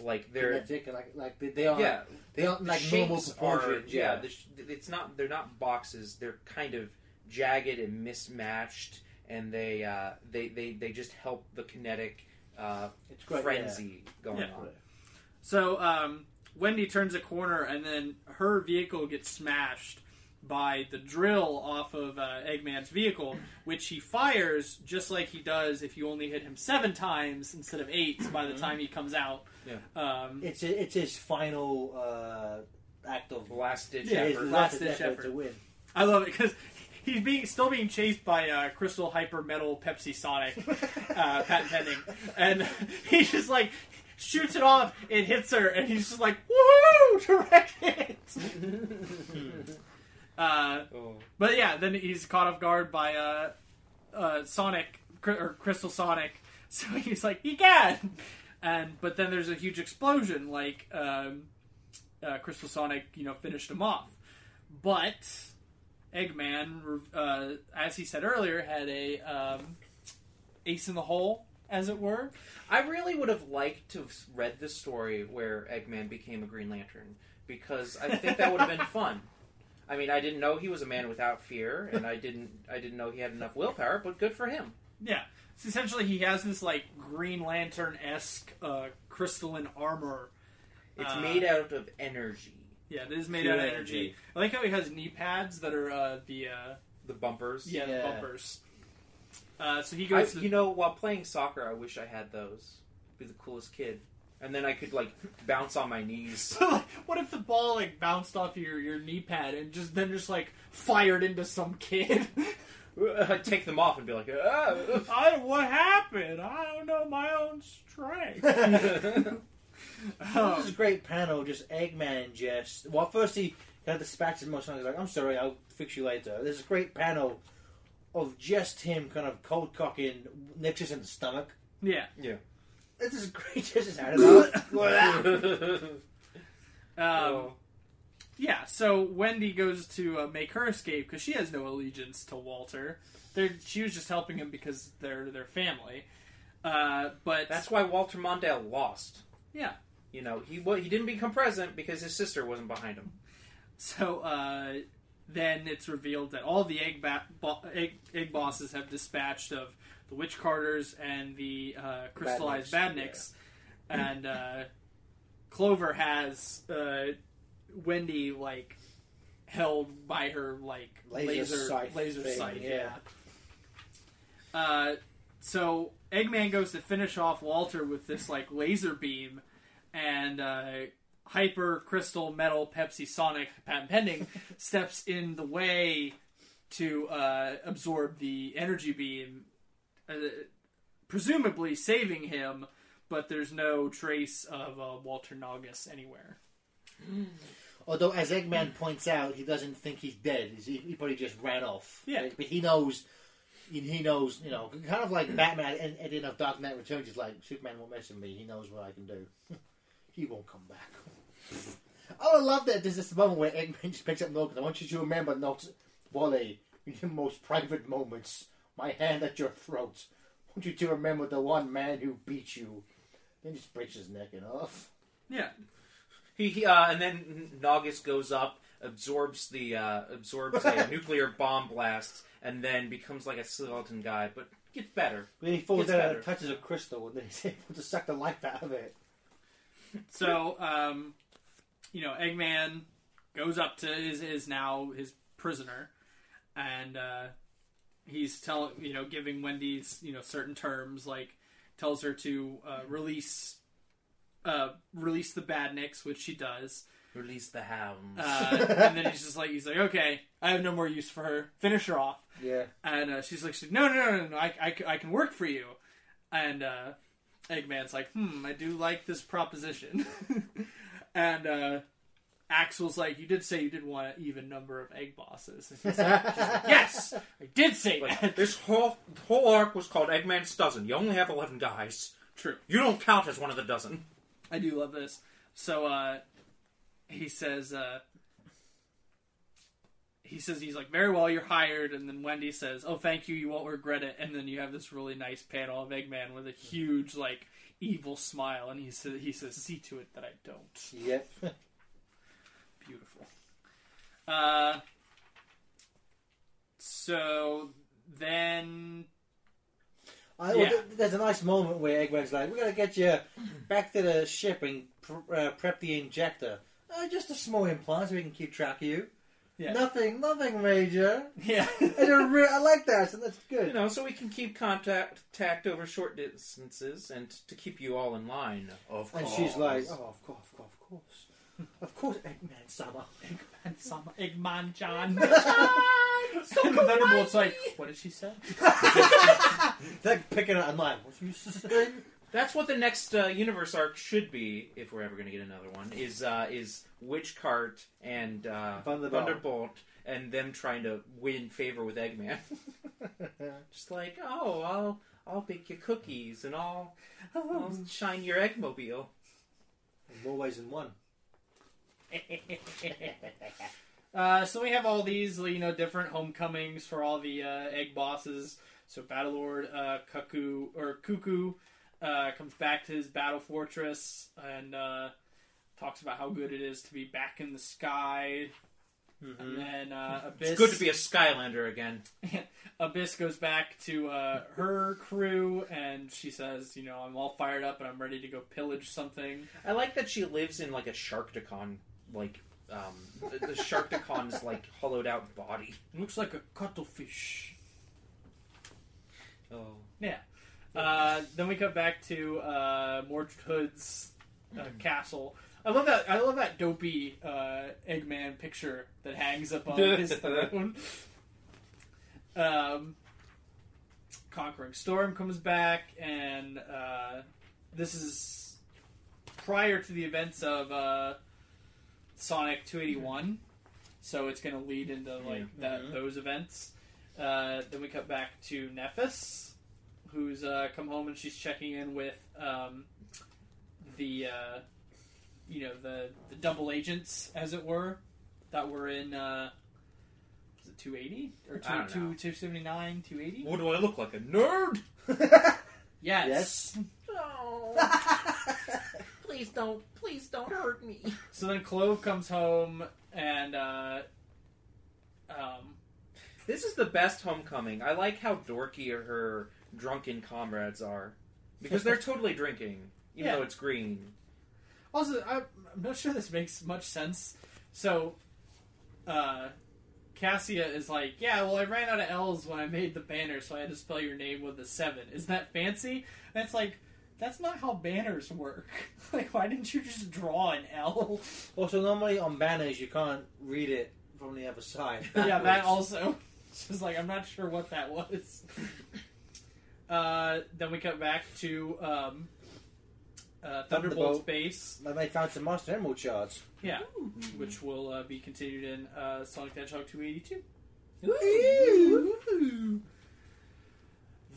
like they're Connecticut, like like they, they are. yeah, they aren't the uh, like normal shapes are proportions. yeah, Yeah, the sh- it's not they're not boxes. They're kind of jagged and mismatched and they uh they they, they just help the kinetic uh it's great. frenzy going Yeah. on. so um, Wendy turns a corner, and then her vehicle gets smashed by the drill off of uh, Eggman's vehicle, which he fires just like he does if you only hit him seven times instead of eight by the time he comes out. Yeah. Um, Yeah. It's it's his final uh, act of Last ditch yeah, his effort. last Last-ditch effort effort. to win. I love it because [laughs] he's being still being chased by uh, Crystal Hyper Metal Pepsi Sonic, [laughs] [laughs] uh, patent pending, and [laughs] he just like shoots it off. It hits her, and he's just like woohoo, [laughs] direct hit. uh, Oh. but yeah, then he's caught off guard by uh, uh, Sonic Cr- or Crystal Sonic, [laughs] so he's like egad, and but then there's a huge explosion, like um, uh, Crystal Sonic, you know, finished him off, but. Eggman, uh, as he said earlier, had a um, ace in the hole, as it were. I really would have liked to have read the story where Eggman became a Green Lantern because I think that would have [laughs] been fun. I mean, I didn't know he was a man without fear, and I didn't I didn't know he had enough willpower. But good for him. Yeah. So essentially, he has this like Green Lantern esque uh, crystalline armor. It's Uh, made out of energy. Yeah, that is made Pure out of energy. energy. I like how he has knee pads that are uh, the uh, The bumpers. yeah, The Yeah. bumpers. Uh, so he I, goes. to you know, while playing soccer, I wish I had those. Be the coolest kid, and then I could like bounce on my knees. [laughs] [laughs] So, like, what if the ball like bounced off your, your knee pad and just then just like fired into some kid? I'd take them off and be like, oh. [laughs] I, what happened? I don't know my own [laughs] strength. [laughs] [laughs] This is a great panel, just Eggman just. Well, first he had dispatches most times. He's like, I'm sorry, I'll fix you later. There's a great panel of just him kind of cold cocking Nexus in the stomach. yeah. This is great. [laughs] This is out [laughs] of [laughs] Um, Oh. Yeah. So Wendy goes to uh, make her escape because she has no allegiance to Walter. They're, she was just helping him because they're their family. Uh, but That's why Walter Mondale lost. Yeah. You know, he wa he didn't become president because his sister wasn't behind him. so uh, then it's revealed that all the egg, ba- bo- egg egg bosses have dispatched of the witch carters and the uh, crystallized badniks, Badniks, and uh, Clover has uh, Wendy like held by her like Laser laser sight laser thing, sight, yeah. yeah. Uh, so Eggman goes to finish off Walter with this like laser beam, and uh, [laughs] Hyper Crystal Metal Pepsi Sonic patent pending steps in the way to uh, absorb the energy beam, uh, presumably saving him. But there's no trace of uh, Walter Nagus anywhere. Although, as Eggman points out, he doesn't think he's dead. He's- He, he probably just ran off. Yeah. But he knows, he- he knows, you know, kind of like Batman and at the end of Dark Knight Returns, he's like, Superman won't mess with me. He knows what I can do. [laughs] he won't come back. [laughs] Oh, I would love that there's this moment where Eggman just picks up Nolan. I want you to remember, not Wally, in your most private moments, my hand at your throat. I want you to remember the one man who beat you. Then just breaks his neck in half. Yeah, He, he uh, and then Nagus goes up, absorbs the uh, absorbs [laughs] a nuclear bomb blast, and then becomes like a skeleton guy, but gets better. Then he falls Gets down better. and touches a crystal, and then he's [laughs] able to suck the life out of it. So, um, you know, Eggman goes up to is is now his prisoner, and uh, he's telling you know giving Wendy's you know certain terms like tells her to uh, release uh, release the badniks, which she does, Release the hounds. uh, and then he's just like he's like okay, I have no more use for her, finish her off, Yeah. and uh, she's like she's like, no no no no, no I, I c- I can work for you, and uh, Eggman's like, hmm, I do like this proposition. [laughs] and uh, Axel's like, you did say you did want an even number of egg bosses. And he's like, she's like, yes, I did say like, that. [laughs] this whole whole arc was called Eggman's Dozen. You only have eleven guys. True. You don't count as one of the dozen. I do love this. So uh, he says, uh, he says he's like, very well, you're hired. And then Wendy says, oh, thank you, you won't regret it. And then you have this really nice panel of Eggman with a huge like evil smile, and he says, he says, see to it that I don't. [laughs] Yep. Beautiful. Uh, so then, I, well, Yeah. th- There's a nice moment where Eggman's like, "We're gonna get you back to the ship and pr- uh, prep the injector. Uh, just a small implant so we can keep track of you. Yeah. Nothing, nothing major. yeah, It's a re- I like that. So that's good. You know, so we can keep contact tact over short distances and to keep you all in line. Of and course. she's like, "Oh, of course, of course, of [laughs] course, of course, Eggman Summer." [laughs] and some Eggman [laughs] John. and Thunderbolt's like, what did she say? [laughs] They're picking out a line. What [laughs] you saying? That's what the next uh, universe arc should be, if we're ever going to get another one. Is uh, is Witchcart and uh, Thunderbolt. and them trying to win favor with Eggman. [laughs] Just like, oh, I'll I'll bake you cookies and I'll, I'll shine your eggmobile. In more ways than one. [laughs] Uh, so we have all these, you know, different homecomings for all the uh, egg bosses. So Battlelord uh, Cuckoo or Cuckoo uh, comes back to his battle fortress and uh, talks about how good it is to be back in the sky. And then uh, Abyss, It's good to be a Skylander again. Abyss goes back to uh, her crew and she says, you know, I'm all fired up and I'm ready to go pillage something. I like that she lives in like a Sharkticon, like um, the, the Sharkticon's like hollowed out body. looks like a cuttlefish. Oh, Uh, then we cut back to uh, Mort Hood's uh, castle. I love that. I love that dopey uh, Eggman picture that hangs up on his throne. Um, Conquering Storm comes back, and uh, this is prior to the events of uh, Sonic 281. So it's going to lead into like that, Mm-hmm. those events. Uh, then we cut back to Nephis who's uh, come home and she's checking in with um, the uh, you know the the double agents as it were that were in uh, is it 280 or I don't know. 2, 279 280 what do I look like, a nerd? [laughs] yes. Oh. [laughs] Please don't, please don't hurt me. so then Clove comes home and uh, um, [laughs] This is the best homecoming. I like how dorky her drunken comrades are. Because they're totally drinking, even Yeah. though it's green. Also, I- I'm not sure this makes much sense. So, uh, Cassia is like, yeah, well, I ran out of L's when I made the banner, so I had to spell your name with a seven. Is that fancy? And it's like, that's not how banners work. [laughs] like, why didn't you just draw an L? Also, normally on banners you can't read it from the other side. [laughs] [laughs] yeah, that [laughs] backwards. also. Just like I'm not sure what that was. [laughs] Uh, then we cut back to um, uh, Thunderbolt's Thunderbolt. base, And they found some Master Emerald shards. yeah, which will uh, be continued in uh, Sonic the Hedgehog 282.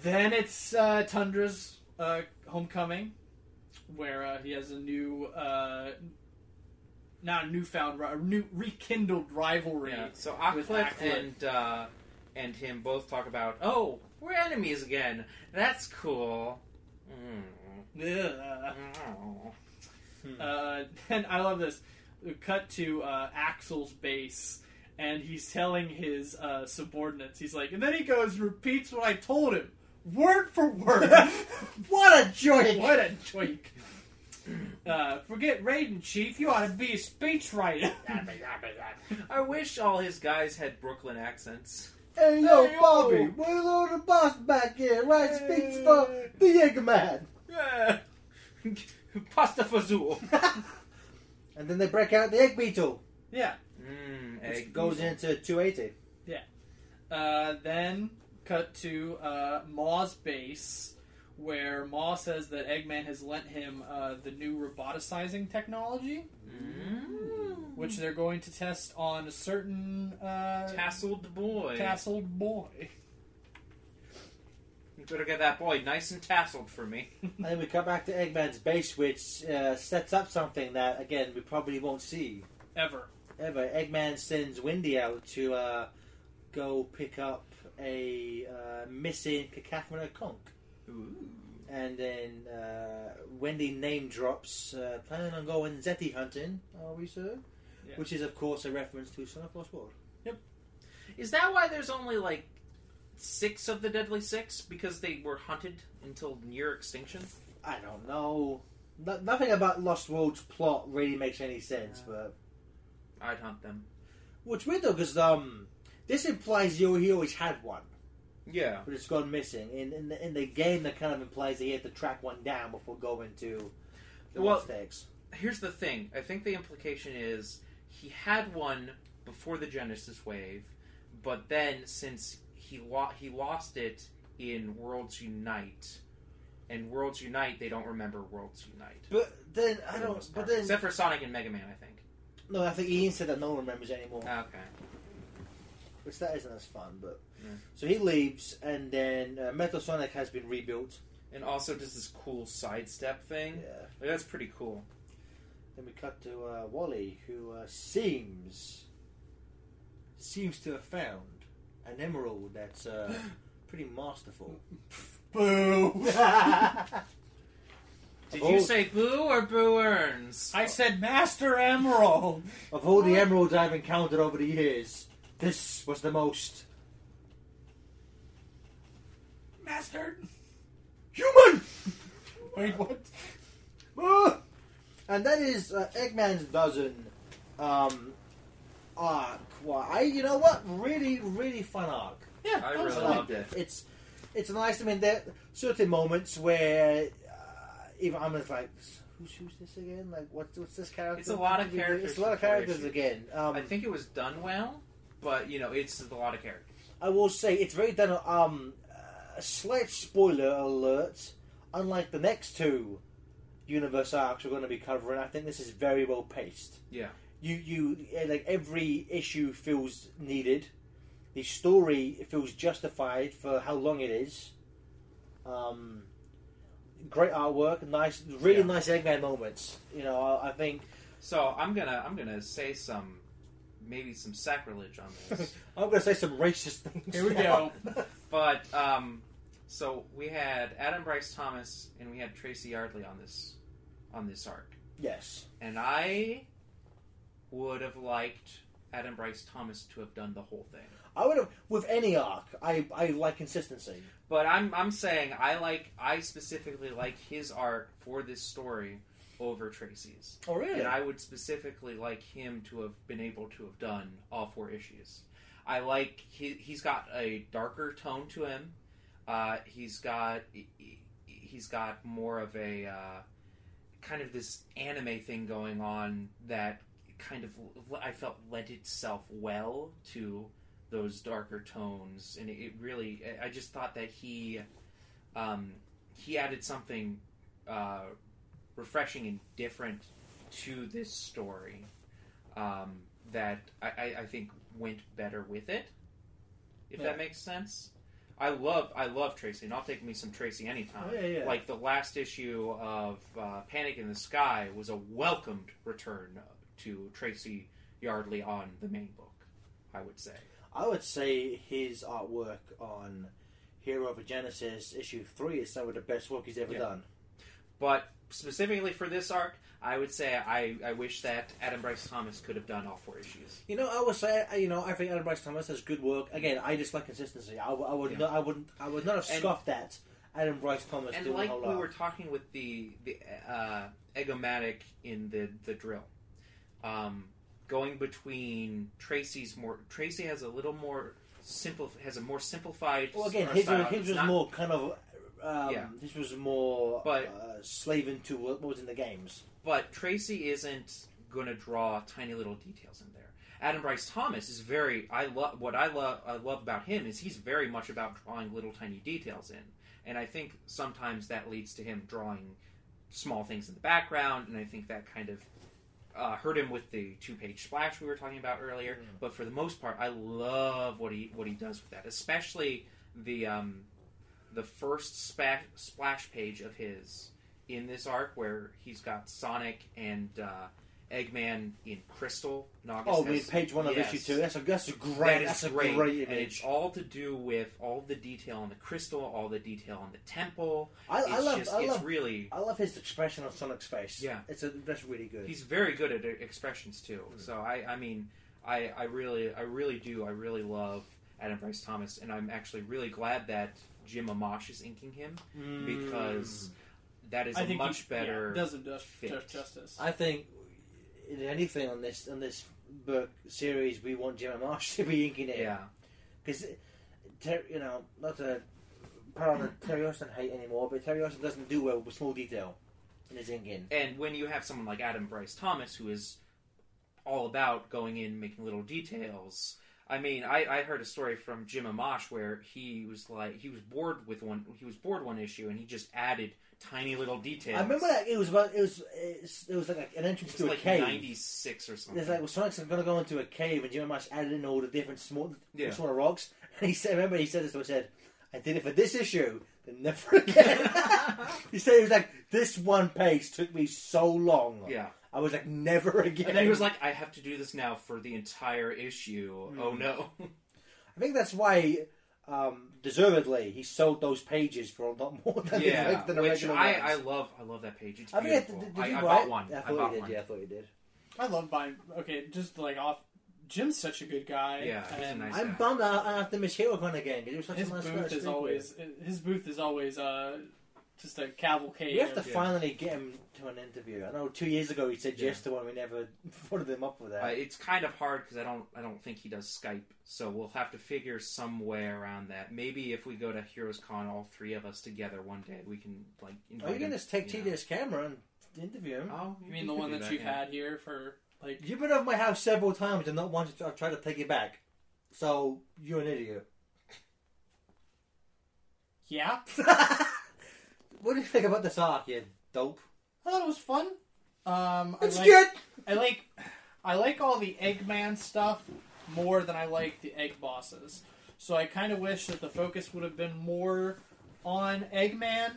Then it's uh, Tundra's uh, homecoming, where uh, he has a new, uh, not a newfound, ri- a new rekindled rivalry. Yeah. So With Acklet Acklet. and uh, and him both talk about, oh, we're enemies again. That's cool. Mm. Ugh. Uh, [laughs] and I love this. We Cut to uh, Axel's base, and he's telling his uh, subordinates. He's like, and then he goes and repeats what I told him, word for word. [laughs] What a joy! what a tweak. Uh, forget Raiden, Chief. You ought to be a speechwriter. I wish all his guys had Brooklyn accents. Hey yo, yo, Bobby, Bobby, we're on the boss back here, right? Speaks for the Eggman. Yeah. [laughs] Pasta fazool. And then they break out the Egg Beetle, yeah. Mm, which egg goes beetle. into 280. Uh, then cut to uh, Maw's base, where Maw says that Eggman has lent him uh, the new roboticizing technology, Mm. which they're going to test on a certain uh, Tasseled boy. tasseled boy. You better get that boy nice and tasseled for me. And then we come back to Eggman's base, which uh, sets up something that, again, we probably won't see Ever. ever. Eggman sends Wendy out to uh, go pick up a uh, missing Cacaphona conch. Ooh. And then uh, Wendy name drops, uh, planning on going Zeti hunting, are we, sir? Yeah. Which is, of course, a reference to Son of Lost World. Is that why there's only like six of the Deadly Six? Because they were hunted until near extinction? I don't know. No, nothing about Lost World's plot really makes any sense, No. but I'd hunt them. which weird though, because um, this implies you he always had one, Yeah. but it's gone missing. In in the, in the game, that kind of implies that he had to track one down before going to the Well- lost eggs. Here's the thing I think the implication is he had one before the Genesis wave, but then since he, lo- he lost it in Worlds Unite, and Worlds Unite, they don't remember Worlds Unite. But then I For the don't. most But part. then Except for Sonic and Mega Man, I think. no, I think Ian said that no one remembers anymore, Okay. which that isn't as fun. But Yeah. so he leaves, and then uh, Metal Sonic has been rebuilt. And also just this cool sidestep Yeah. thing. Like, that's pretty cool. Then we cut to uh, Wally, who uh, seems seems to have found an emerald that's uh, pretty masterful. [laughs] Boo! [laughs] Did Oh. you say boo or boo earns? I said Master Emerald! Of all the emeralds I've encountered over the years, this was the most Master! human. Wait, what? Ah! [laughs] And that is uh, Eggman's dozen um, arc. Well, I, you know what? Really, really fun arc. Yeah, I that was really fun. loved it. It's it's nice. I mean, there are certain moments where uh, even I'm just like, who's, who's this again? Like, what's what's this character? It's a lot of It's a characters lot of before characters issue. again. Um, I think it was done well, but you know, it's a lot of characters. I will say it's very done. Um, a slight spoiler alert. Unlike the next two universe arcs we're going to be covering, I think this is very well paced. Yeah. You you eh, like every issue feels needed. The story feels justified for how long it is. Um, great artwork, nice, really Yeah. nice Eggman moments. You know, I, I think So I'm gonna I'm gonna say some maybe some sacrilege on this. I'm going to say some racist things. Here we now. but um so we had Adam Bryce Thomas and we had Tracy Yardley on this on this arc. [laughs] yes, And I would have liked Adam Bryce Thomas to have done the whole thing. I would have with any arc. I I like consistency. But I'm I'm saying I like I specifically like his arc for this story over Tracy's. Oh really? And I would specifically like him to have been able to have done all four issues. I like he, he's got a darker tone to him. Uh, he's got he- he- he's got more of a uh, kind of this anime thing going on that kind of l- I felt lent itself well to those darker tones, and it, it really. I- I just thought that he um, he added something uh, refreshing and different to this story um, that I, I, I think went better with it. If Yeah. that makes sense. I love I love Tracy, and I'll take me some Tracy anytime. Oh, yeah, yeah. Like the last issue of uh, Panic in the Sky was a welcomed return to Tracy Yardley on the main book. I would say. I would say his artwork on Hero of a Genesis issue three is some of the best work he's ever Yeah. done. But specifically for this arc, I would say I, I wish that Adam Bryce Thomas could have done all four issues. You know, I would say, I- you know, I think Adam Bryce Thomas does good work. Again, I just like consistency. I, w- I would, Yeah. not, I would, I would not have And- scoffed at Adam Bryce Thomas and doing like a whole we lot. were talking with the the uh, egomatic in the the drill, um, going between Tracy's more Tracy has a little more simple has a more simplified. well, again, art his style. was, his It's was not- more kind of, um, Yeah. his was more But- uh, slaving to what was in the games. but Tracy isn't going to draw tiny little details in there. Adam Bryce Thomas is very I love what I love I love about him is he's very much about drawing little tiny details in. And I think sometimes that leads to him drawing small things in the background and I think that kind of uh, hurt him with the two-page splash we were talking about earlier, Mm. but for the most part, I love what he what he does with that, especially the um, the first splash, splash page of his in this arc where he's got Sonic and uh, Eggman in crystal. Nagus Oh, has- we page one of yes. issue two. That's a that's a great That is that's a great, great, and it's image. all to do with all the detail on the crystal, all the detail on the temple. I, It's I love just, I it's love really. I love his expression on Sonic's face. Yeah. it's a, that's really good. He's very good at e-, expressions too. Hmm. So I, I mean, I, I really, I really do. I really love Adam Bryce Thomas, and I'm actually really glad that Jim Amash is inking him Hmm. because that is I a think much he, better. yeah, doesn't do fit. ju- justice. I think in anything on this on this book series, we want Jim Marsh [laughs] to be inking it yeah. because ter- you know not to put on [clears throat] a Terry Austin hate anymore, but Terry Austin doesn't do well with small detail in his inking. And when you have someone like Adam Bryce Thomas, who is all about going in, making little details. I mean, I, I heard a story from Jim Amash where he was like he was bored with one he was bored one issue and he just added tiny little details. I remember that it was about it was it's- it was like an entrance It's to a like cave. ninety six or something. There's like well, Sonic's going to go into a cave, and Jim Marsh added in all the different small Yeah. smaller rocks. And he said, remember he said this, he said, I did it for this issue, and never [laughs] [laughs] again. he said he was like, this one page took me so long. yeah. I was like, never again. And then he was like, I have to do this now for the entire issue. Hmm. [laughs] Oh [laughs] no. I think that's why, um, deservedly, he sold those pages for a lot more than the, yeah. like, than the Which regular I, ones. I love I love that page. It's I think I, beautiful. did, I, did you I buy bought it? one. I I, thought you bought did. one. Yeah, I thought you did. I love buying. Okay, just like off. Jim's such a good guy. Yeah, he's a and nice I'm Yeah. bummed out I have to miss HeroCon again because it was such his a nice guy booth to is speak always with. his booth is always uh, just a cavalcade. We have to of- Yeah. finally get him to an interview. I know two years ago he said Yeah. yes to one. We never [laughs] followed him up with that. Uh, it's kind of hard because I don't I don't think he does Skype, so we'll have to figure some way around that. Maybe if we go to Heroes Con, all three of us together one day, we can like. Are you him, gonna just take you know. TD's camera and interview him? Oh, You mean the could one do that, you've yeah. had here for like? You've been over my house several times and not once I've tried to take it back. So you're an idiot. Yeah, what do you think about this arc, you dope? I thought it was fun. Um, I It's like, good. I like, I like all the Eggman stuff more than I like the Egg bosses. So I kind of wish that the focus would have been more on Eggman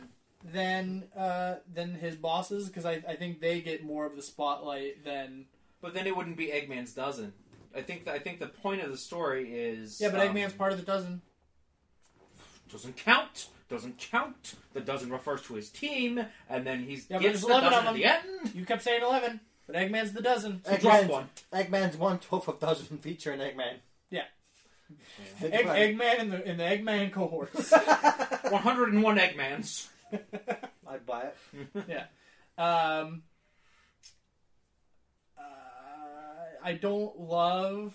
than uh, than his bosses because I, I think they get more of the spotlight than But then it wouldn't be Eggman's dozen. I think the, I think the point of the story is yeah. But um, Eggman's part of the dozen. doesn't count. Doesn't count. The dozen refers to his team, and then he's Yeah, but gets there's the 11 dozen at of the end. You kept saying eleven, but Eggman's the dozen. So drop Eggman's, one. Eggman's one twelfth of dozen featuring Eggman. Yeah. Think Egg, about it. Eggman in the in the Eggman cohorts. [laughs] One hundred and one Eggmans. [laughs] I'd buy it. Um, uh, I don't love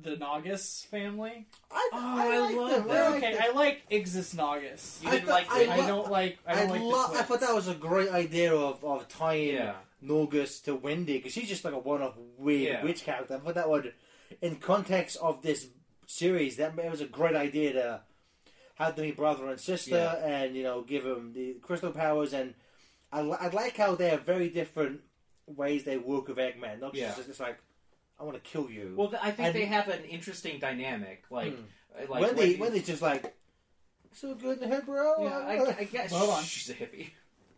the Nagas family. I, Oh, I, I like love them. that. I like okay, them. I like Ixiz Nagas. You I didn't thought- like the I I lo- don't like. I I, don't like. lo- the I thought that was a great idea of, of tying Yeah. Norgus to Wendy because she's just like a one-off weird Yeah. witch character. I thought that would in context of this series, that it was a great idea to have them be brother and sister, Yeah. and you know, give them the crystal powers. And I, li- I like how they have very different ways they work with Eggman. Not just, Yeah. just, it's like I want to kill you. Well, th- I think And- they have an interesting dynamic. Like, uh, like when they Wendy- when they just like so good to him, bro. yeah, I, I guess Hold on. she's a hippie.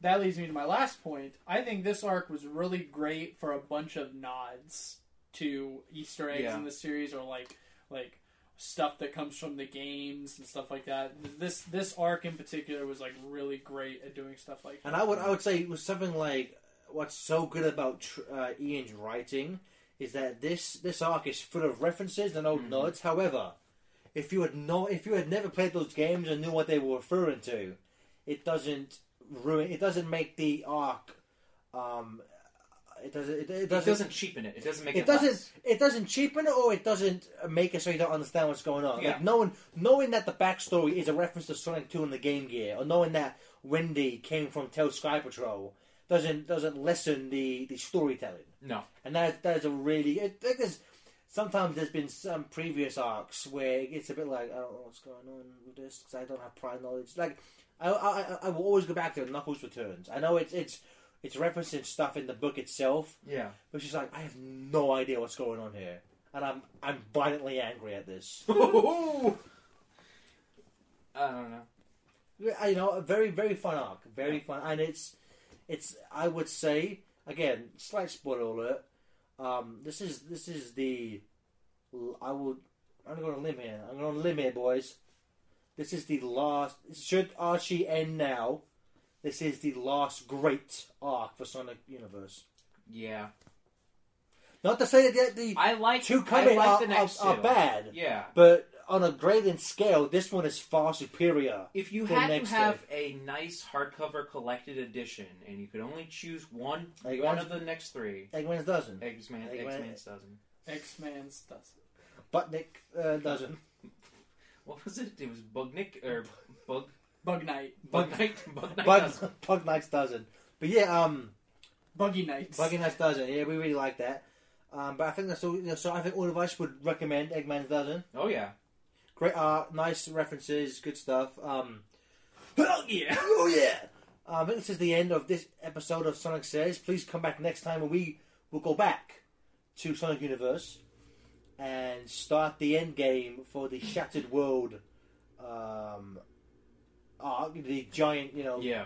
That leads me to my last point. I think this arc was really great for a bunch of nods to Easter eggs Yeah. in the series, or like like stuff that comes from the games and stuff like that. This this arc in particular was like really great at doing stuff like And I would I would say it was something like what's so good about tr- uh, Ian's writing is that this this arc is full of references and old nods. However, if you had no if you had never played those games and knew what they were referring to, it doesn't ruin it doesn't make the arc. Um, it doesn't. It, it It doesn't, doesn't. cheapen it. It doesn't make it. It doesn't. less. It doesn't cheapen it, or it doesn't make it so you don't understand what's going on. Yeah. Like knowing knowing that the backstory is a reference to Sonic Two in the Game Gear, or knowing that Wendy came from Tell Sky Patrol doesn't doesn't lessen the the storytelling. No. And that that is a really. It, I think there's sometimes there's been some previous arcs where it's a bit like I don't know what's going on with this 'cause I don't have prior knowledge. Like I, I I- I will always go back to Knuckles Returns. I know it's it's it's referencing stuff in the book itself. Yeah. But she's like, I have no idea what's going on here, and I'm I'm violently angry at this. [laughs] I don't know. I- you know, a very very fun arc, very fun, and it's it's I would say again, slight spoiler alert. Um, this is this is the I will I'm going to limb here. I'm going to limb here, boys. This is the last. Should Archie end now? This is the last great arc for Sonic Universe. Yeah. Not to say that the, I like. two I coming like are, the next are, are two. bad. Yeah. But on a grading scale, this one is far superior. If you The had to next have a nice hardcover collected edition, and you could only choose one, Eggman's- one of the next three, Eggman's doesn't. X-Man, Eggman- X-Man's dozen. X Men stuff. Butnick uh, [laughs] doesn't. What was it? It was Bugnick or Bug Bug Night, Bug Knight. Bug Knight. Bug, [laughs] dozen. Bug Nights doesn't. But yeah, um, Buggy Nights. Buggy Nights doesn't. Yeah, we really like that. Um, but I think that's all. You know, so I think all of us would recommend Eggman's doesn't. Oh yeah. Great art, nice references, good stuff. Um, Hell yeah. [laughs] oh yeah. Um, I think this is the end of this episode of Sonic Says. Please come back next time, and we will go back to Sonic Universe and start the end game for the Shattered World um, arc, the giant, you know, Yeah.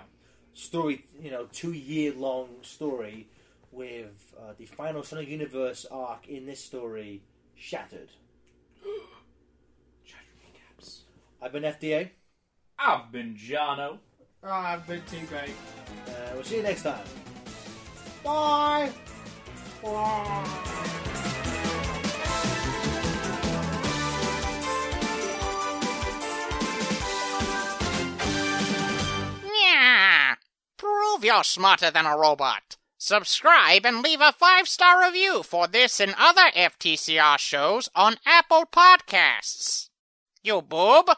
story, you know, two year long story with uh, the final Sonic Universe arc in this story shattered. Judgment caps. I've been FDA, I've been Jono. Ah, I've been too great. and Uh, we'll see you next time. Bye! Yeah. Prove you're smarter than a robot. Subscribe and leave a five star review for this and other FTCR shows on Apple Podcasts. You boob.